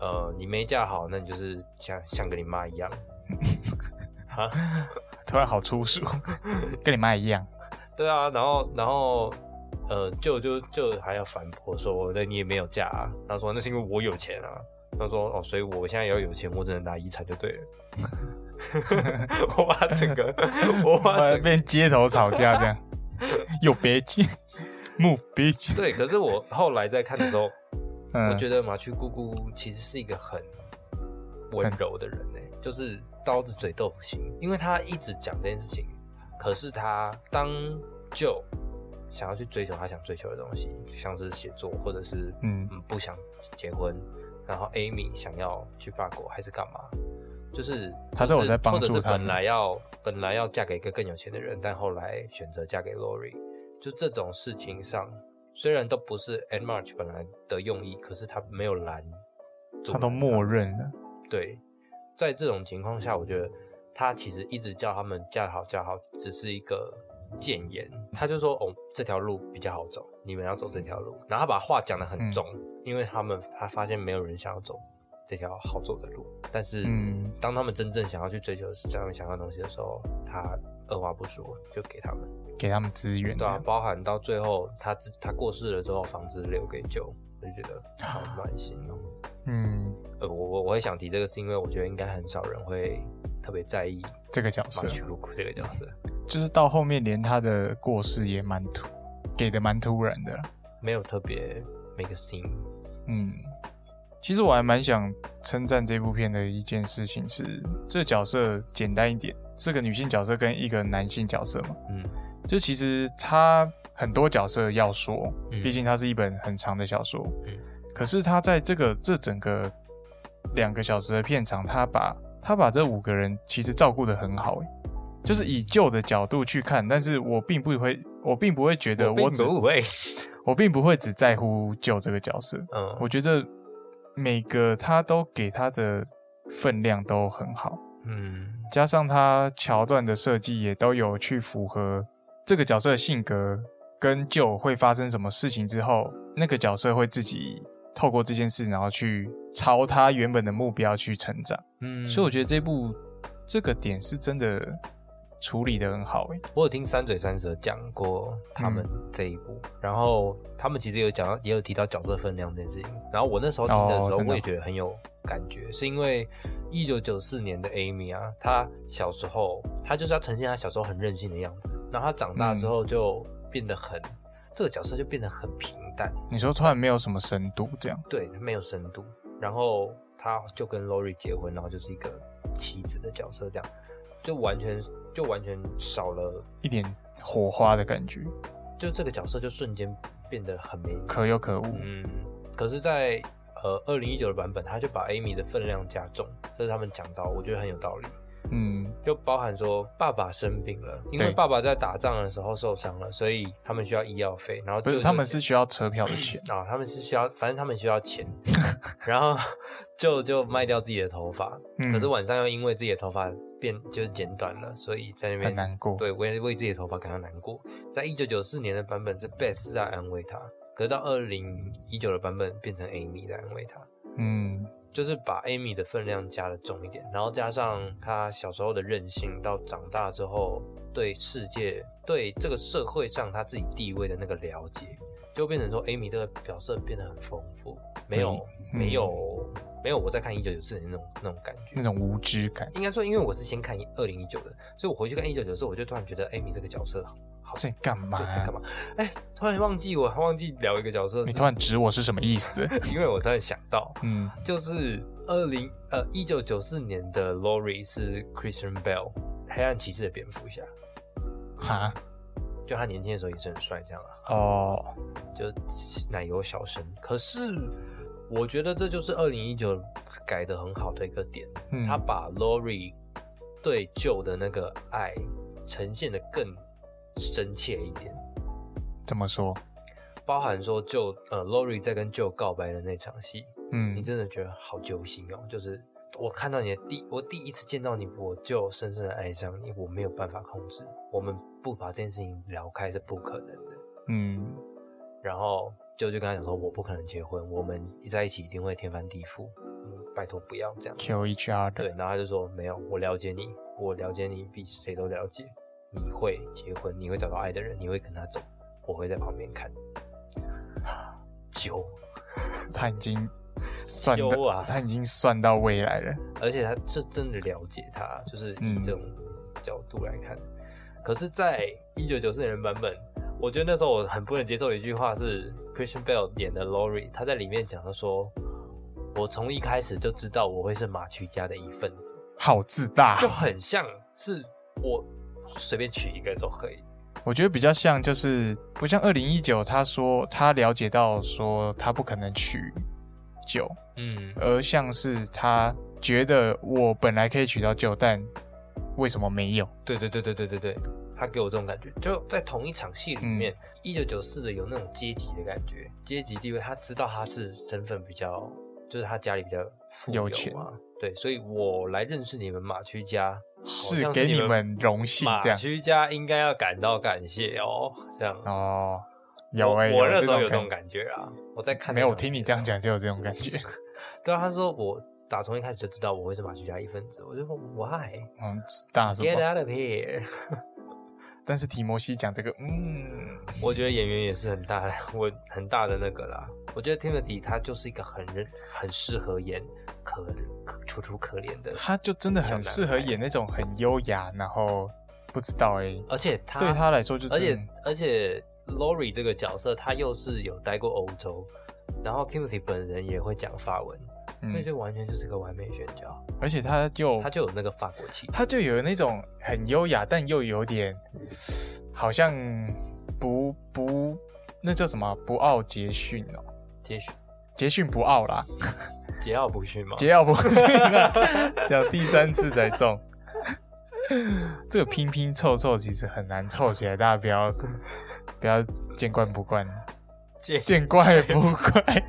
B: 呃，你没嫁好，那你就是像像跟你妈一样，
A: 突然好粗
B: (laughs)
A: 俗，跟你妈一样，
B: 对啊，然后然后哦呃，舅就就还要反驳说，那你也没有嫁啊，他说那是因为我有钱啊，他说哦，所以我现在要有钱，我只能拿遗产就对了。 (laughs) 我把整个，我把整个
A: 变街头吵架这样，
B: (laughs)
A: 有别劲，move 别劲。
B: 对，可是我后来在看的时候，
A: 嗯
B: 我觉得麻雀姑姑其实是一个很温柔的人呢、就是刀子嘴豆腐心，因为他一直讲这件事情，可是他当就想要去追求他想追求的东西，像是写作，或者是
A: 嗯
B: 嗯不想结婚，然后 Amy 想要去法国还是干嘛，就是
A: 他都有在帮助
B: 或者是
A: 他们
B: 本来要本来要嫁给一个更有钱的人，但后来选择嫁给 Lori，就这种事情上，虽然都不是 Ed March 本来的用意，可是他没有拦阻拦，
A: 他都默认了，
B: 对，在这种情况下，我觉得他其实一直叫他们嫁好嫁好，只是一个谏言。他就说：“哦，这条路比较好走，你们要走这条路。”然后他把话讲得
A: 嗯
B: 很重，因为他们他发现没有人想要走这条好走的路。但是，
A: 嗯
B: 当他们真正想要去追求他们想要的东西的时候，他二话不说就给他们。
A: 给他们资源这
B: 对啊
A: 样，，
B: 包含到最后他自他过世了之后，房子留给舅，我就觉得好暖心哦。
A: 嗯，
B: 呃，我我我会想提这个，是因为我觉得应该很少人会特别在意
A: 这个角
B: 马
A: 色
B: 曲姑姑这个角色。
A: 就是到后面连他的过世也蛮突，给的蛮突然的啦，
B: 没有特别 make a scene。
A: 嗯。其实我还蛮想称赞这部片的一件事情是，这角色简单一点，是个女性角色跟一个男性角色嘛，
B: 嗯
A: 就其实他很多角色要说，
B: 嗯
A: 毕竟它是一本很长的小说。
B: 嗯
A: 可是他在这个这整个两个小时的片场，他把他把这五个人其实照顾的很好、欸，就是以旧的角度去看，但是我并不会，我并不会觉得我只
B: 不会，
A: 我并不会只在乎旧这个角色，
B: 嗯
A: 我觉得每个他都给他的分量都很好。
B: 嗯
A: 加上他桥段的设计也都有去符合这个角色的性格跟就会发生什么事情之后，那个角色会自己透过这件事，然后去朝他原本的目标去成长。
B: 嗯，
A: 所以我觉
B: 得
A: 得这部这个点是真的处理的很好欸诶、
B: 我有听三嘴三舌讲过他们这一部，
A: 嗯
B: 然后他们其实有讲到，也有提到角色分量这件事情。然后我那时候听的时
A: 哦
B: 候
A: 真的，
B: 我也觉得很有感觉，是因为一九九四年的 Amy 啊，她小时候，她就是要呈现她小时候很任性的样子，然后她长大之后就变得很，这个角色就变得很平淡。
A: 你说突然没有什么深度这样，
B: 对，他没有深度。然后他就跟 Lori 结婚，然后就是一个妻子的角色，这样就完全就完全少了，
A: 一点火花的感觉，
B: 就这个角色就瞬间变得很没。
A: 可有可无。
B: 嗯，可是在，呃二零一九的版本，他就把 Amy 的分量加重，这是他们讲到，我觉得很有道理。
A: 嗯
B: 就包含说爸爸生病了，因为
A: 对
B: 爸爸在打仗的时候受伤了，所以他们需要医药费，然后
A: 不是，
B: 舅舅
A: 他们是需要车票的钱。
B: 啊、他们是需要，反正他们需要钱， (laughs) 然后就就卖掉自己的头发，
A: 嗯
B: 可是晚上又因为自己的头发变就是剪短了，所以在那边
A: 很难过
B: 对，为为自己的头发感到难过。在一九九四年的版本是 Beth 是在安慰他，可是到二零一九的版本变成 Amy 在安慰他，
A: 嗯
B: 就是把 Amy 的分量加的重一点，然后加上她小时候的任性，到长大之后对世界、对这个社会上她自己地位的那个了解，就变成说 Amy 这个角色变得很丰富，没有、
A: 嗯
B: 没有没有我在看一九九四年那种那种感觉，
A: 那种无知感。
B: 应该说，因为我是先看二零一九的，所以我回去看一九九的时候，我就突然觉得 Amy 这个角色好
A: 在干嘛
B: 对
A: 啊？
B: 在干嘛？哎、突然忘记我忘记聊一个角色
A: 你
B: 是，
A: 突然指我是什么意
B: (laughs)
A: 思？
B: 因为我突然想到，
A: 嗯，
B: 就是二零呃一九九四年的 Lori 是 Christian Bell 黑暗骑士的蝙蝠侠，
A: 哈，
B: 就他年轻的时候也是很帅，这样啊，
A: 哦，
B: 就奶油小生。可是我觉得这就是二零一九改的很好的一个点，
A: 嗯，
B: 他把 Lori 对旧的那个爱呈现的更深切一点。
A: 怎么说？
B: 包含说旧呃，Lori 在跟旧告白的那场戏，你
A: 嗯，
B: 真的觉得好揪心哦！就是我看到你的第，我第一次见到你，我就深深的爱上你，我没有办法控制。我们不把这件事情聊开是不可能的。
A: 嗯，
B: 然后舅就跟他讲说，我不可能结婚，我们在一起一定会天翻地覆。嗯，拜托不要这样。
A: kill each
B: 对
A: other，，
B: 然后他就说没有，我了解你，我了解你比谁都了解。你会结婚，你会找到爱的人，你会跟他走，我会在旁边看。揪，
A: 他已经算
B: 修
A: 的，
B: 啊
A: 他已经算到未来了。
B: 而且他是真的了解他，就是以
A: 嗯
B: 这种角度来看。可是，在一九九四年的版本，我觉得那时候我很不能接受一句话是 Christian Bale 演的 Laurie，他在里面讲他说：“我从一开始就知道我会是马曲家的一份子。”
A: 好自大
B: 就，很像是我随便取一个都可以。
A: 我觉得比较像就是不像二零一九，他说他了解到说他不可能娶九，
B: 嗯，
A: 而像是他觉得我本来可以娶到九，但为什么没有？
B: 对对对对对对对，他给我这种感觉，就在同一场
A: 嗯
B: 戏里面，一九九四的有那种阶级的感觉，阶级地位，他知道他是身份比较，就是他家里比较富
A: 有
B: 有
A: 钱
B: 嘛，对，所以我来认识你们马区家，
A: 是
B: 像是
A: 给
B: 你
A: 你
B: 们
A: 们荣幸这
B: 马
A: 样
B: 区家应该要感到感谢哦，这样。
A: 哦。有
B: 我
A: 哎、
B: 我那时候有
A: 这
B: 这种
A: 种
B: 感觉啊，我在看
A: 没有，
B: 那
A: 我
B: 场戏
A: 听你
B: 的
A: 这样
B: 时候
A: 讲就有这种感
B: (laughs)
A: 觉。
B: 对啊，他说我打从一开始就知道我会是马旭家一份子，我就说 Why
A: 嗯，大什
B: get
A: 么？
B: out of here？ (laughs)
A: 但是提摩西讲这个，嗯，
B: 我觉得演员也是很大的，我很大的那个啦。我觉得 Timothy 他就是一个很认很适合演可可楚楚可怜的，
A: 他就真的很
B: 小
A: 适
B: 男孩
A: 合演那种很优雅，然后不知道哎、
B: 而且他
A: 对他来说就
B: 而
A: 真的
B: 且而且 Lori 这个角色他又是有待过欧洲，然后 Timothy 本人也会讲法文，所以
A: 嗯，哦
B: 就完全就是个完美选角，
A: 而且他就
B: 他就有那个法国气质。
A: 他就有那种很优雅，但又有点好像不不那叫什么啊不傲杰逊哦，
B: 杰逊
A: 杰逊不傲啦，
B: 桀骜不驯吗？
A: 桀骜不驯啊，讲第三次才中。这个拼拼凑凑其实很难凑起来，大家不要不要见怪不怪。
B: 桀
A: 见怪不怪。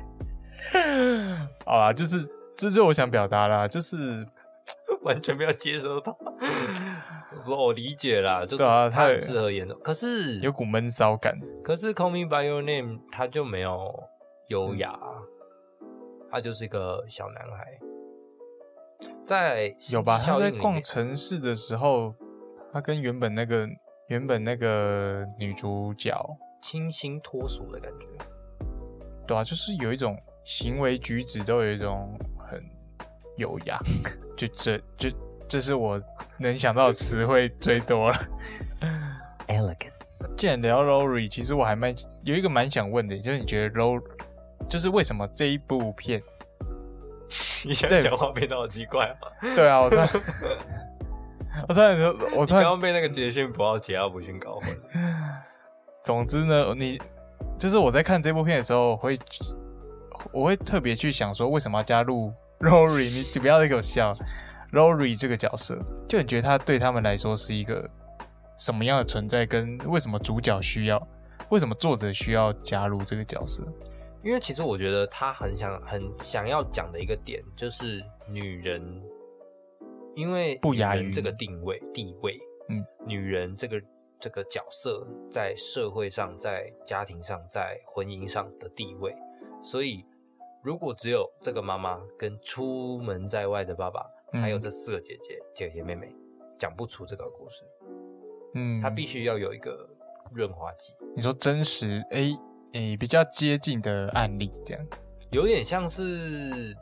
A: 好啦，就是这就是我想表达啦，就是
B: 完全没有接收到。我说我理解啦，就是
A: 对啊
B: 他
A: 他
B: 很适合演的，可是
A: 有股闷骚感。
B: 可是《Call Me by Your Name》他就没有
A: 嗯
B: 优雅啊，他就是一个小男孩。在
A: 有吧？
B: 星际
A: 他
B: 效
A: 在
B: 应里欸
A: 逛
B: 面
A: 城市的时候，他跟原本那个原本那个女主角，
B: 清新脱俗的感觉，
A: 对吧、就是有一种行为举止都有一种很优雅，就这就这是我能想到的词汇最多了。
B: elegant。
A: 既然聊 Rory，其实我还蛮有一个蛮想问的，就是你觉得 Rory，就是为什么这一部片
B: 你现
A: 在
B: 在讲话变得好奇怪啊！
A: 对啊，我突然， (laughs) 我突然说，我突
B: 刚
A: 然，
B: 刚被那个杰逊不要桀骜不驯搞混了。
A: 总之呢，你就是我在看这部片的时候，我会我会特别去想说，为什么要加入 Rory？你你不要再给我笑，Rory 这个角色，就你觉得他对他们来说是一个什么样的存在，跟为什么主角需要，为什么作者需要加入这个角色？
B: 因为其实我觉得他很想很想要讲的一个点就是女人，因为
A: 不亚
B: 女人
A: 于
B: 这个定位地位，
A: 嗯，
B: 女人这个这个角色在社会上、在家庭上、在婚姻上的地位，所以如果只有这个妈妈跟出门在外的爸爸，
A: 嗯
B: 还有这四个姐姐、姐姐妹妹，讲不出这个故事，
A: 嗯，
B: 她必须要有一个润滑剂。
A: 你说真实，诶、诶、比较接近的案例这样，
B: 有点像是，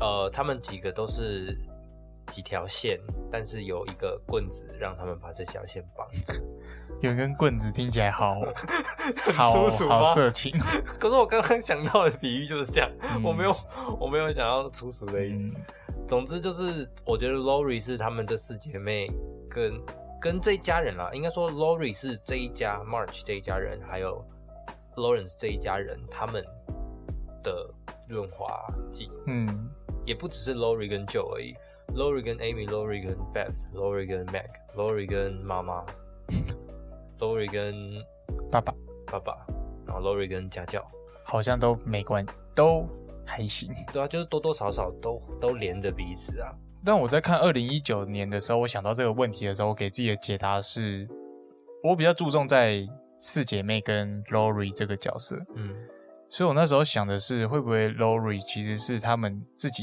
B: 呃，他们几个都是几条线，但是有一个棍子让他们把这条线绑住。
A: 有一根棍子听起来好
B: (laughs)
A: 好
B: 粗俗吗
A: 好色情。
B: 可是我刚刚想到的比喻就是这样，
A: 嗯
B: 我没有我没有想要粗俗的意思。
A: 嗯
B: 总之就是，我觉得 Lori 是他们这四姐妹跟跟这一家人啦，应该说 Lori 是这一家 March 这一家人，还有 Lawrence 这一家人他们的润滑剂。
A: 嗯，
B: 也不只是 Lori 跟 Joe 而已，Lori 跟 Amy，Lori 跟 Beth，Lori 跟 Meg，Lori 跟妈妈 (laughs) ，Lori 跟
A: 爸爸
B: 爸爸，然后 Lori 跟家教，
A: 好像都没关，都还行。
B: 对啊，就是多多少少都都连着彼此啊。
A: (laughs) 但我在看二零一九年的时候，我想到这个问题的时候，我给自己的解答是，我比较注重在四姐妹跟 Lori 这个角色，
B: 嗯，
A: 所以我那时候想的是，会不会 Lori 其实是他们自己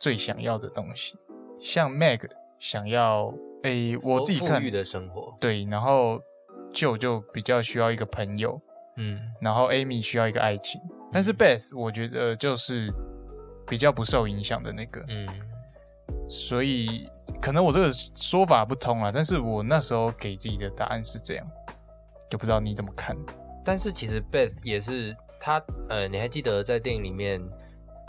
A: 最想要的东西，像 Meg 想要，诶、我自己
B: 富
A: 看
B: 裕的生活，
A: 对，然后舅舅比较需要一个朋友，
B: 嗯
A: 然后 Amy 需要一个爱情，但是
B: 嗯
A: Beth 我觉得就是比较不受影响的那个，
B: 嗯，
A: 所以可能我这个说法不通啊，但是我那时候给自己的答案是这样，就不知道你怎么看。
B: 但是其实 Beth 也是她，呃，你还记得在电影里面，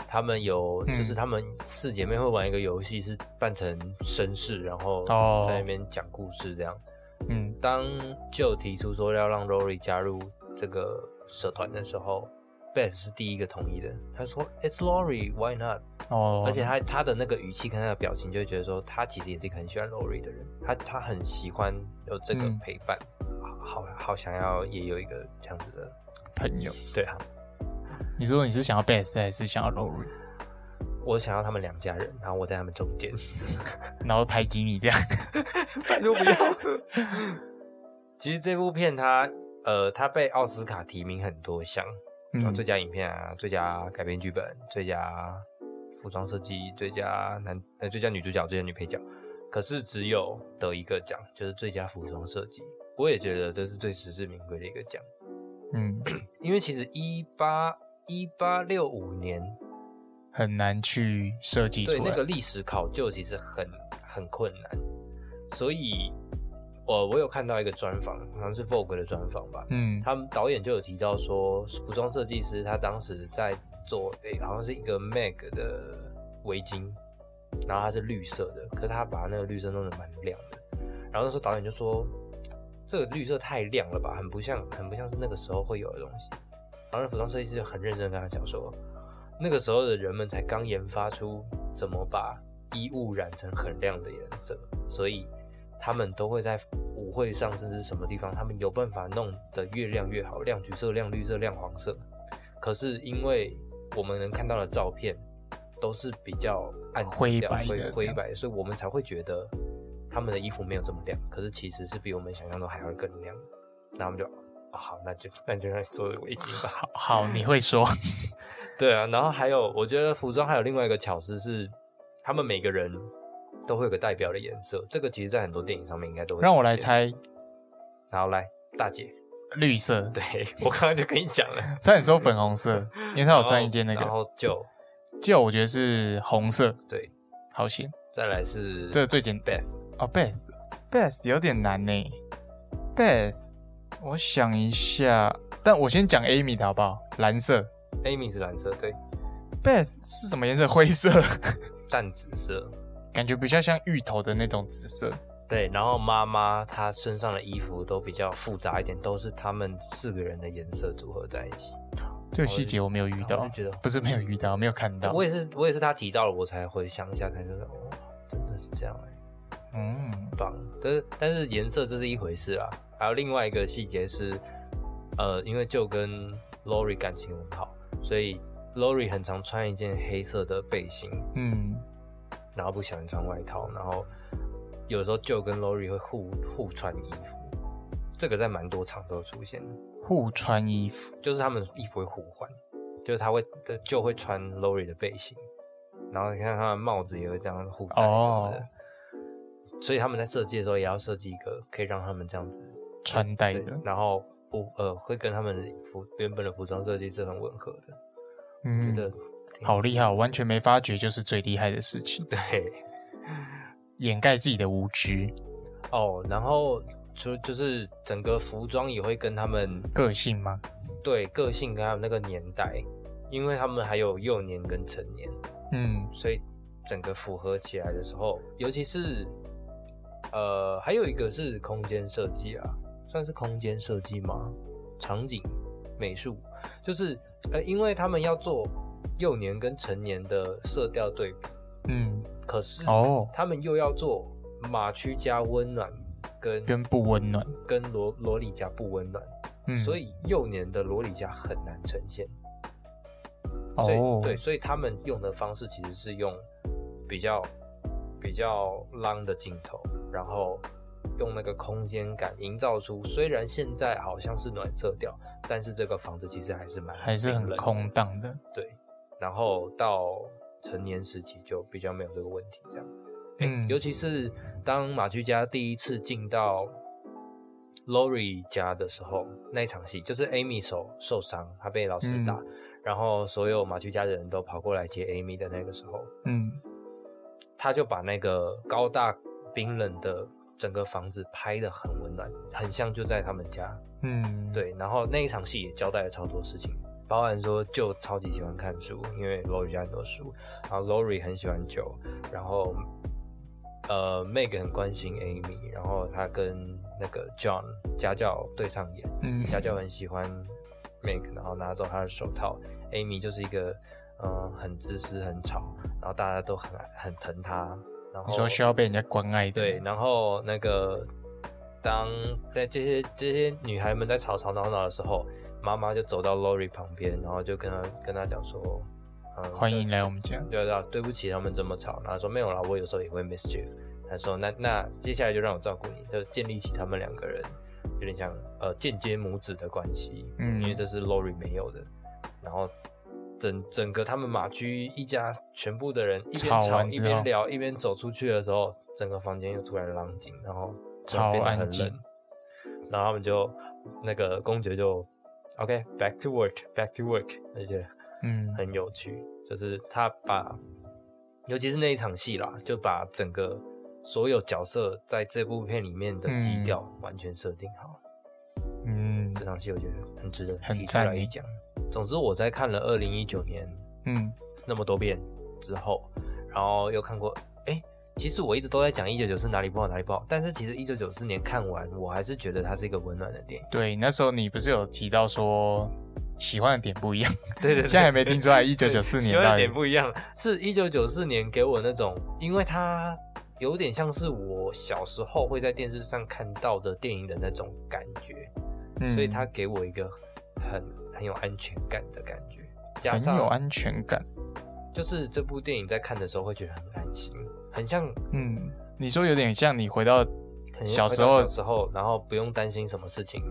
B: 他们有、
A: 嗯
B: 就是他们四姐妹会玩一个游戏，是扮成绅士，然后
A: 哦
B: 在那边讲故事这样。
A: 嗯
B: 当就提出说要让 Rory 加入这个社团的时候，Beth 是第一个同意的。她说：“It's Rory, why not？”
A: 哦，
B: 而且他他的那个语气跟他的表情，就会觉得说他其实也是一个很喜欢 Lori 的人，他他很喜欢有这个
A: 嗯
B: 陪伴，好好好想要也有一个这样子的，
A: 朋友，
B: 对啊，
A: 你说你是想要 Best 还是想要 Lori，
B: 我想要他们两家人，然后我在他们中间，
A: 然后排挤你这
B: 哦
A: 样？
B: (laughs) 拜托不要。 (laughs) 其实这部片它呃它被奥斯卡提名很多项，然
A: 嗯
B: 后最佳影片啊、最佳改编剧本、最佳服装设计、最佳男呃最佳女主角、最佳女配角，可是只有得一个奖，就是最佳服装设计。我也觉得这是最实至名归的一个奖，
A: 嗯，
B: 因为其实一八一八六五年
A: 很难去设计出
B: 对
A: 来。
B: 那个历史考究其实很很困难，所以我我有看到一个专访，好像是 Vogue 的专访吧，
A: 嗯，
B: 他们导演就有提到说，服装设计师他当时在做，诶、好像是一个 MAG 的围巾，然后它是绿色的，可是他把那个绿色弄得蛮亮的。然后那时候导演就说，这个绿色太亮了吧，很不像，很不像是那个时候会有的东西。然后那服装设计师就很认真地跟他讲说，那个时候的人们才刚研发出怎么把衣物染成很亮的颜色，所以他们都会在舞会上，甚至什么地方，他们有办法弄得越亮越好，亮橘色、亮绿色、亮黄色。可是因为我们能看到的照片都是比较暗色
A: 灰
B: 调
A: 白的
B: 灰
A: 这样
B: 灰白的，所以我们才会觉得他们的衣服没有这么亮，可是其实是比我们想象中还要更亮。那我们就、哦、好，那就那就让你做围巾吧。
A: 好好，你会
B: (laughs)
A: 说， (laughs)
B: 对啊，然后还有，我觉得服装还有另外一个巧思是，他们每个人都会有个代表的颜色，这个其实在很多电影上面应该都会。
A: 让我来，猜
B: 然后来大姐，
A: 绿色，
B: 对我刚刚就跟你讲
A: (laughs)
B: 了，
A: 差点说粉红色，因为他有穿一件那
B: (laughs) 然
A: 个
B: 后然后就
A: 旧，我觉得是红色，
B: 对，
A: 好险，
B: 再来是
A: 这最简单
B: Beth，
A: 哦，Beth，Beth 有点难呢，Beth，我想一下，但我先讲 Amy 的好不好？蓝色
B: Amy 哎是蓝色，对，
A: ，Beth 是什么颜色？灰色， (laughs)
B: 淡紫色，
A: 感觉比较像芋头的那种紫色，
B: 对，然后妈妈她身上的衣服都比较复杂一点，都是他们四个人的颜色组合在一起。
A: 这个细节我没有遇
B: 然后
A: 到
B: 哦我就觉得，
A: 不是没有遇到，没有看到，
B: 我也是，我也是他提到了，我才回想一下，才知道哦，真的是这样哎、
A: 嗯，
B: 棒。但是但是颜色这是一回事啦，还有另外一个细节是，呃，因为就跟 Lori 感情很好，所以 Lori 很常穿一件黑色的背心，
A: 嗯，
B: 然后不喜欢穿外套，然后有时候就跟 Lori 会互互穿衣服，这个在蛮多场都有出现的。
A: 互穿衣服，
B: 就是他们衣服会互换，就是他会就会穿 Lori 的背心，然后你看他的帽子也会这样互戴什么的。
A: 哦
B: 所以他们在设计的时候也要设计一个可以让他们这样子
A: 穿戴
B: 对
A: 的，
B: 然后不呃会跟他们的服原本的服装设计是很吻合的，
A: 嗯，
B: 觉得 (laughs) 挺
A: 好厉害，我完全没发觉，就是最厉害的事情，
B: 对
A: 掩盖自己的无知、
B: 哦。然后就就是整个服装也会跟他们
A: 个性吗？
B: 对个性跟他们那个年代，因为他们还有幼年跟成年。
A: 嗯，
B: 所以整个符合起来的时候，尤其是呃，还有一个是空间设计啊，算是空间设计吗？场景、美术，就是呃，因为他们要做幼年跟成年的色调对比，
A: 嗯，
B: 可是
A: 哦，
B: 他们又要做马区加温暖跟
A: 跟不温暖，
B: 跟罗罗里加不温暖，
A: 嗯，
B: 所以幼年的罗里加很难呈现。所
A: 哦
B: 以，对，所以他们用的方式其实是用比较比较浪的镜头，然后用那个空间感营造出，虽然现在好像是暖色调，但是这个房子其实还是蛮
A: 还是
B: 冰
A: 很
B: 冷的
A: 空荡的，
B: 对，然后到成年时期就比较没有这个问题，这样。
A: 嗯
B: 尤其是当马居家第一次进到 Lori 家的时候那一场戏，就是 Amy 手受伤，她被老师打，
A: 嗯
B: 然后所有马区家的人都跑过来接 Amy 的那个时候，
A: 嗯，
B: 他就把那个高大冰冷的整个房子拍得很温暖，很像就在他们家。
A: 嗯，，
B: 对，然后那一场戏也交代了超多事情，包含说就超级喜欢看书，因为 Lori 家很多书，然后 Lori 很喜欢酒，然后呃 Meg 很关心 Amy，然后他跟那个 John 家教对上眼，
A: 嗯，
B: 家教很喜欢 Meg，然后拿走他的手套，Amy 就是一个嗯、呃很自私很吵，然后大家都很很疼他，然后
A: 你说需要被人家关爱的，
B: 对，，然后那个当在这些这些女孩们在吵吵闹闹的时候，妈妈就走到 Lori 旁边，然后就跟她跟她讲说，嗯，
A: 欢迎来我们家，
B: 对，对啊，对不起，他们这么吵。然后说没有啦，我有时候也会 mischief。他说那那接下来就让我照顾你，就建立起他们两个人有点像呃间接母子的关系，
A: 嗯
B: 因为这是 Lori 没有的。然后整整个他们马居一家全部的人一边
A: 吵
B: 吵
A: 完
B: 一
A: 之后
B: 边聊一边走出去的时候，整个房间又突然安静，然后突
A: 超
B: 然变得
A: 安
B: 很冷
A: 静。
B: 然后他们就那个公爵就 OK back to work back to work，而且。
A: 嗯，
B: 很有趣，就是他把，尤其是那一场戏啦，就把整个所有角色在这部片里面的基
A: 嗯
B: 调完全设定好。
A: 嗯
B: 这场戏我觉得很值得
A: 很
B: 提出
A: 赞
B: 来
A: 欸
B: 一讲。总之，我在看了二零一九年
A: 嗯，
B: 那么多遍之后，然后又看过，哎、其实我一直都在讲一九九四哪里不好哪里不好，但是其实一九九四年看完，我还是觉得它是一个温暖的电影。
A: 对，那时候你不是有提到说喜欢的点不一样， (laughs)
B: 对对对，
A: 现在还没听出来一九
B: 对
A: 九四年
B: 喜欢
A: 到
B: 的
A: 底
B: 点，不一样，是一九九四年给我那种，因为它有点像是我小时候会在电视上看到的电影的那种感觉，
A: 嗯
B: 所以它给我一个很很有安全感的感觉，加
A: 很有
B: 上
A: 安全感，
B: 就是这部电影在看的时候会觉得很安心，很像
A: 嗯，你说有点像你回到，
B: 很
A: 小
B: 回到
A: 时候
B: 小时候，然后不用担心什么事情，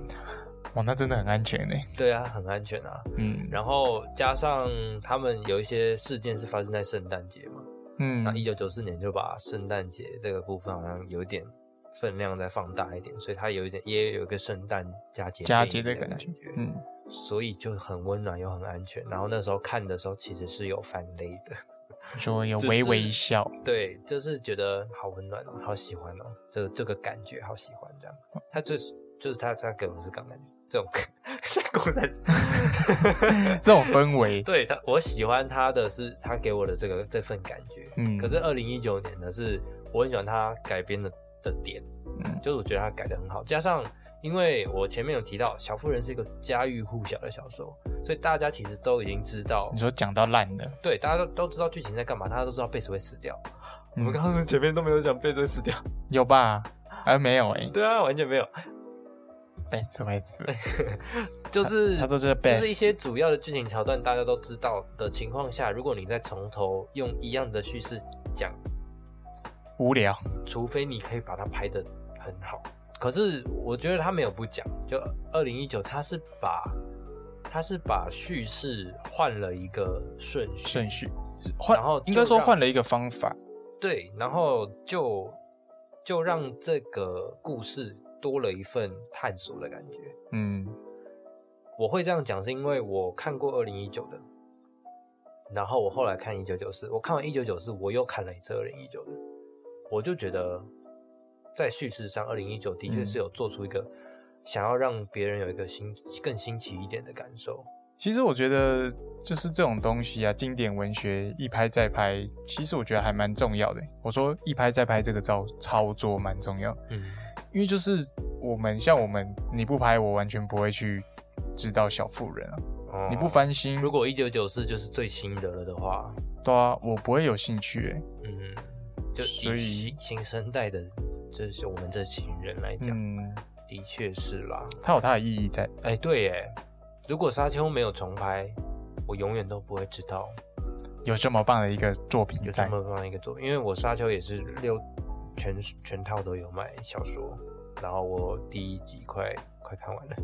A: 哇，那真的很安全呢，
B: 对啊，很安全啊。
A: 嗯，
B: 然后加上他们有一些事件是发生在圣诞节嘛，那一
A: 嗯，
B: 九九四年就把圣诞节这个部分好像有点分量再放大一点，所以它有一点也有一个圣诞佳节
A: 佳
B: 电
A: 节
B: 影
A: 的
B: 的
A: 感
B: 觉
A: 觉，，嗯，
B: 所以就很温暖又很安全。然后那时候看的时候其实是有翻泪的， (laughs)
A: 说有
B: 只
A: 微微
B: 是
A: 一笑，，
B: 对，就是觉得好温暖哦，好喜欢哦，这个这个感觉好喜欢这样。他就是就是他他给我是感感觉这种 (laughs) 在共产
A: (laughs) 这种氛围，
B: (laughs) 对他，我喜欢他的是他给我的这个这份感觉。
A: 嗯
B: 可是二零一九年呢，是我很喜欢他改编的的点，
A: 嗯
B: 就是我觉得他改的很好，加上。因为我前面有提到，《小妇人》是一个家喻户晓的小说，所以大家其实都已经知道
A: 你，说讲到烂了，
B: 对，大家都都知道剧情在干嘛，大家都知道贝斯会死掉。我
A: 嗯
B: 们刚刚是不是前面都没有讲贝斯会死掉， (laughs)
A: 有吧？啊，没有哎，
B: 对啊，完全没有，
A: 贝斯贝斯，
B: 就是
A: 他都是
B: 就
A: 贝
B: 是一
A: 斯，
B: 些主要的剧情桥段大家都知道的情况下，如果你再从头用一样的叙事讲
A: 无聊，
B: 除非你可以把它拍得很好。可是我觉得他没有不讲，就二零一九，他是把他是把叙事换了一个顺序，
A: 顺序换
B: 然后，
A: 应
B: 就
A: 该说
B: 让
A: 换了一个方法，
B: 对，然后就就让这个故事多了一份探索的感觉。
A: 嗯
B: 我会这样讲，是因为我看过二零一九的，然后我后来看一九九四，我看完一九九四，我又看了一次二零一九的，我就觉得在叙事上，二零一九的确
A: 嗯
B: 是有做出一个想要让别人有一个新更新奇一点的感受。
A: 其实我觉得就是这种东西啊，经典文学一拍再拍，其实我觉得还蛮重要的。我说一拍再拍这个操操作蛮重要，
B: 嗯，
A: 因为就是我们像我们你不拍，我完全不会去知道小妇人啊，
B: 哦
A: 你不翻新，
B: 如果一九九四就是最新的了的话，
A: 对啊，我不会有兴趣、欸。
B: 嗯，就
A: 所以
B: 以新新生代的，就是我们这群人来讲，
A: 嗯，
B: 的确是啦。
A: 它有它的意义在，
B: 哎、对耶，如果沙丘没有重拍，我永远都不会知道
A: 有这么棒的一个作品
B: 有这
A: 在。
B: 么棒的一个作品，因为我沙丘也是六全全套都有买小说，然后我第一集快快看完了，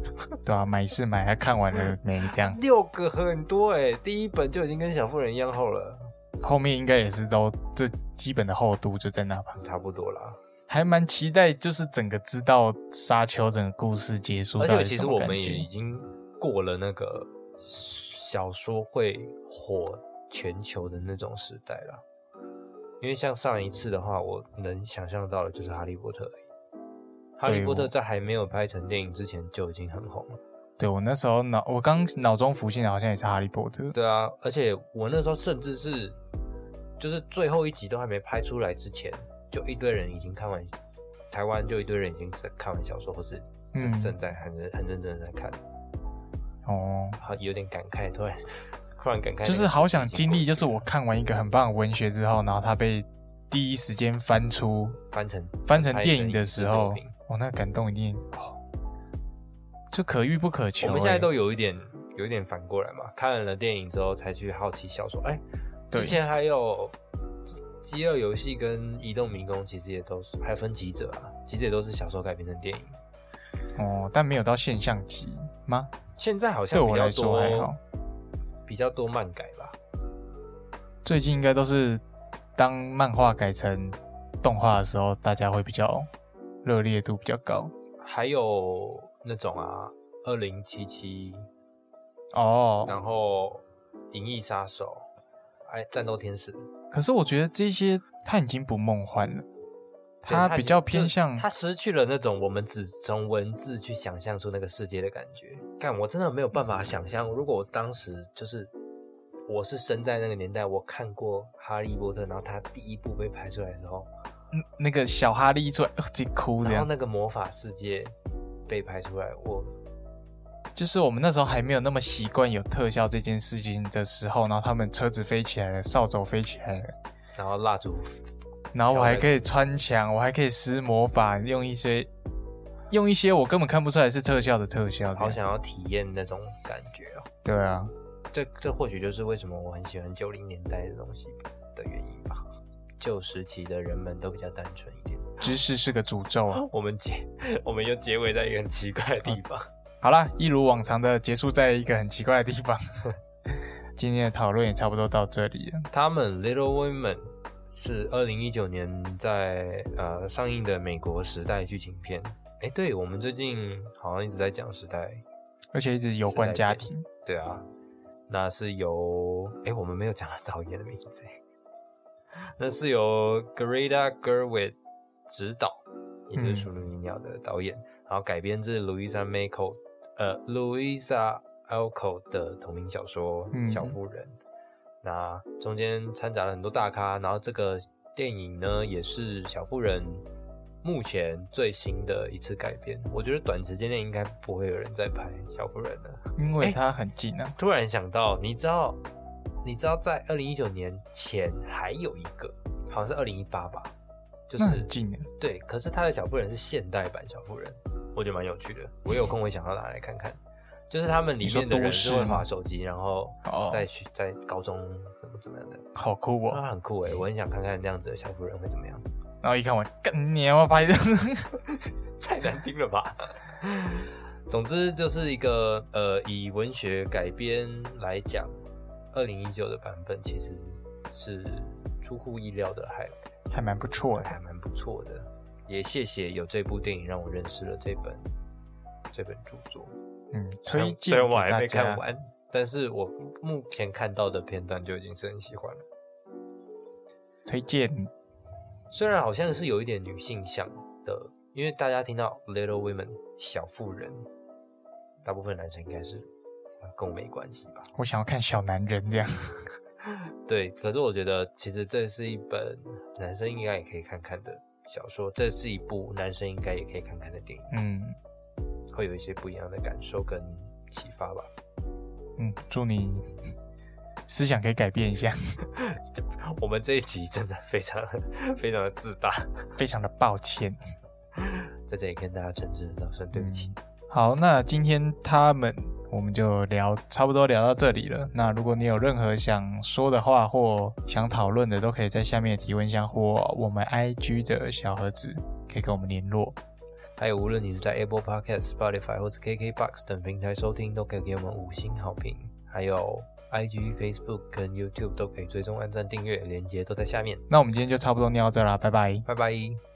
A: 对啊，买是买，还看完了没？这样
B: 六个很多哎，第一本就已经跟小妇人一样厚了，
A: 后面应该也是都这基本的厚度就在那吧。
B: 差不多啦。
A: 还蛮期待，就是整个知道沙丘整个故事结束
B: 而
A: 到
B: 且
A: 底是
B: 其实
A: 什
B: 我
A: 么感
B: 们也已
A: 觉。
B: 经过了那个小说会火全球的那种时代了。因为像上一次的话，我能想象到的就是《哈利波特》而已。哈利
A: 对哦
B: 波特
A: 我
B: 在还没有拍成电影之前就已经很红了。
A: 对我那时候脑，我刚脑中浮现的好像也是哈利波特。
B: 对啊，而且我那时候甚至是，就是最后一集都还没拍出来之前，就一堆人已经看完，台湾就一堆人已经在看完小说，或是正
A: 嗯
B: 正在很认很认真的在看，
A: 哦，
B: 好有点感慨，突然 (laughs) 突然感慨那个时期已经过去了，
A: 就是好想经历，就是我看完一个很棒的文学之后，然后它被第一时间翻出
B: 翻成
A: 翻成
B: 拍
A: 电影的时
B: 影视作
A: 候
B: 品，
A: 我、那感动一定哦，就可遇不可求、
B: 我们现在
A: 欸
B: 都有一点有一点反过来嘛，看了电影之后才去好奇小说，哎、
A: 对
B: 之前还有《饥饿游戏》跟《移动迷宫》，其实也都是还有分几者啊，其实也都是小说改编成电影。
A: 哦，但没有到现象级吗？
B: 现在好像
A: 对我
B: 比较
A: 来说
B: 多
A: 还好，
B: 比较多漫改吧。
A: 最近应该都是当漫画改成动画的时候，大家会比较热烈度比较高
B: 还有那种啊，二零七七，
A: 哦。
B: 然后《银翼杀手》，哎，《战斗天使》对，
A: 可是我觉得这些它已经不梦幻了，它
B: 已
A: 比
B: 经
A: 较
B: 就
A: 偏向
B: 它失去了那种我们只从文字去想象出那个世界的感觉。干，我真的没有办
A: 嗯
B: 法想象，如果我当时就是我是生在那个年代，我看过《哈利波特》，然后它第一部被拍出来的时候，
A: 嗯那个小哈利一出来，呃直接哭这
B: 然后
A: 样。
B: 那个魔法世界被拍出来，我
A: 就是我们那时候还没有那么习惯有特效这件事情的时候，然后他们车子飞起来了，扫帚飞起来了，
B: 然后蜡烛
A: 然后我还可以穿墙，我还可以施魔法，用一些用一些我根本看不出来是特效的特效。
B: 好，想要体验那种感觉哦。
A: 对啊，
B: 这这或许就是为什么我很喜欢九零年代的东西的原因吧。旧时期的人们都比较单纯一点。
A: 知识是个诅咒啊。
B: (laughs) 我们结，我们又结尾在一个很奇怪的地方。
A: 好啦，一如往常的结束在一个很奇怪的地方。 (laughs) 今天的讨论也差不多到这里了。
B: 他们 Little Women 是二零一九年在呃上映的美国时代剧情片。哎，对我们最近好像一直在讲时代，
A: 而且一直有关家庭，
B: 对啊，那是由哎我们没有讲到导演的名字诶，那是由 Greta Gerwig 执导，也就是《熟女鸟》的导演，然后改编自 Louisa m a c o 呃 Louisa Alcott 的同名小说
A: 嗯
B: 《小妇人》那中间掺杂了很多大咖，然后这个电影呢也是《小妇人》目前最新的一次改编。我觉得短时间内应该不会有人再拍《小妇人》了。
A: 因为它很近啊。
B: 突然想到，你知道，你知道在二零一九年前还有一个，好像是二零一八吧，就
A: 那
B: 是
A: 很近的，
B: 对，可是他的小妇人是现代版小妇人，我觉得蛮有趣的。我有空会想要拿来看看。 (laughs) 就是他们里
A: 你说
B: 面的
A: 都
B: 人
A: 市
B: 是会
A: 吗
B: 划手机，然后
A: 哦
B: 再去在高中怎么怎么样的，
A: 好酷哦！
B: 那很酷哎，我很想看看那样子的小妇人会怎么样。
A: 然后一看我，干你要拍的， (laughs)
B: 太难听了吧？ (laughs) 总之就是一个呃，以文学改编来讲，二零一九的版本其实是出乎意料的，还
A: 还蛮不错的。
B: 还蛮不错的。也谢谢有这部电影让我认识了这本这本著作，
A: 嗯，推荐
B: 虽然我
A: 给
B: 还
A: 大
B: 没
A: 家
B: 看完，但是我目前看到的片段就已经是很喜欢了。
A: 推荐
B: 虽然好像是有一点女性向的，因为大家听到 Little Women 小妇人，大部分男生应该是呃跟我没关系吧？
A: 我想要看小男人这样。
B: 对，可是我觉得其实这是一本男生应该也可以看看的小说，这是一部男生应该也可以看看的电影，
A: 嗯
B: 会有一些不一样的感受跟启发吧。 (laughs)
A: 嗯，祝你思想可以改变一下，
B: 我们这一集真的非常非常的自大，
A: 非常的抱歉。
B: 在这里跟大家诚挚的道声对不起。
A: 好，那今天他们我们就聊差不多聊到这里了。那如果你有任何想说的话或想讨论的，都可以在下面的提问箱或我们 IG 的小盒子可以跟我们联络。
B: 还有，无论你是在 Apple Podcast、Spotify 或是 KKBox 等平台收听，都可以给我们五星好评。还有 IG、Facebook 跟 YouTube 都可以追踪、按赞、订阅，连接都在下面。
A: 那我们今天就差不多聊到这啦，拜拜。
B: 拜拜。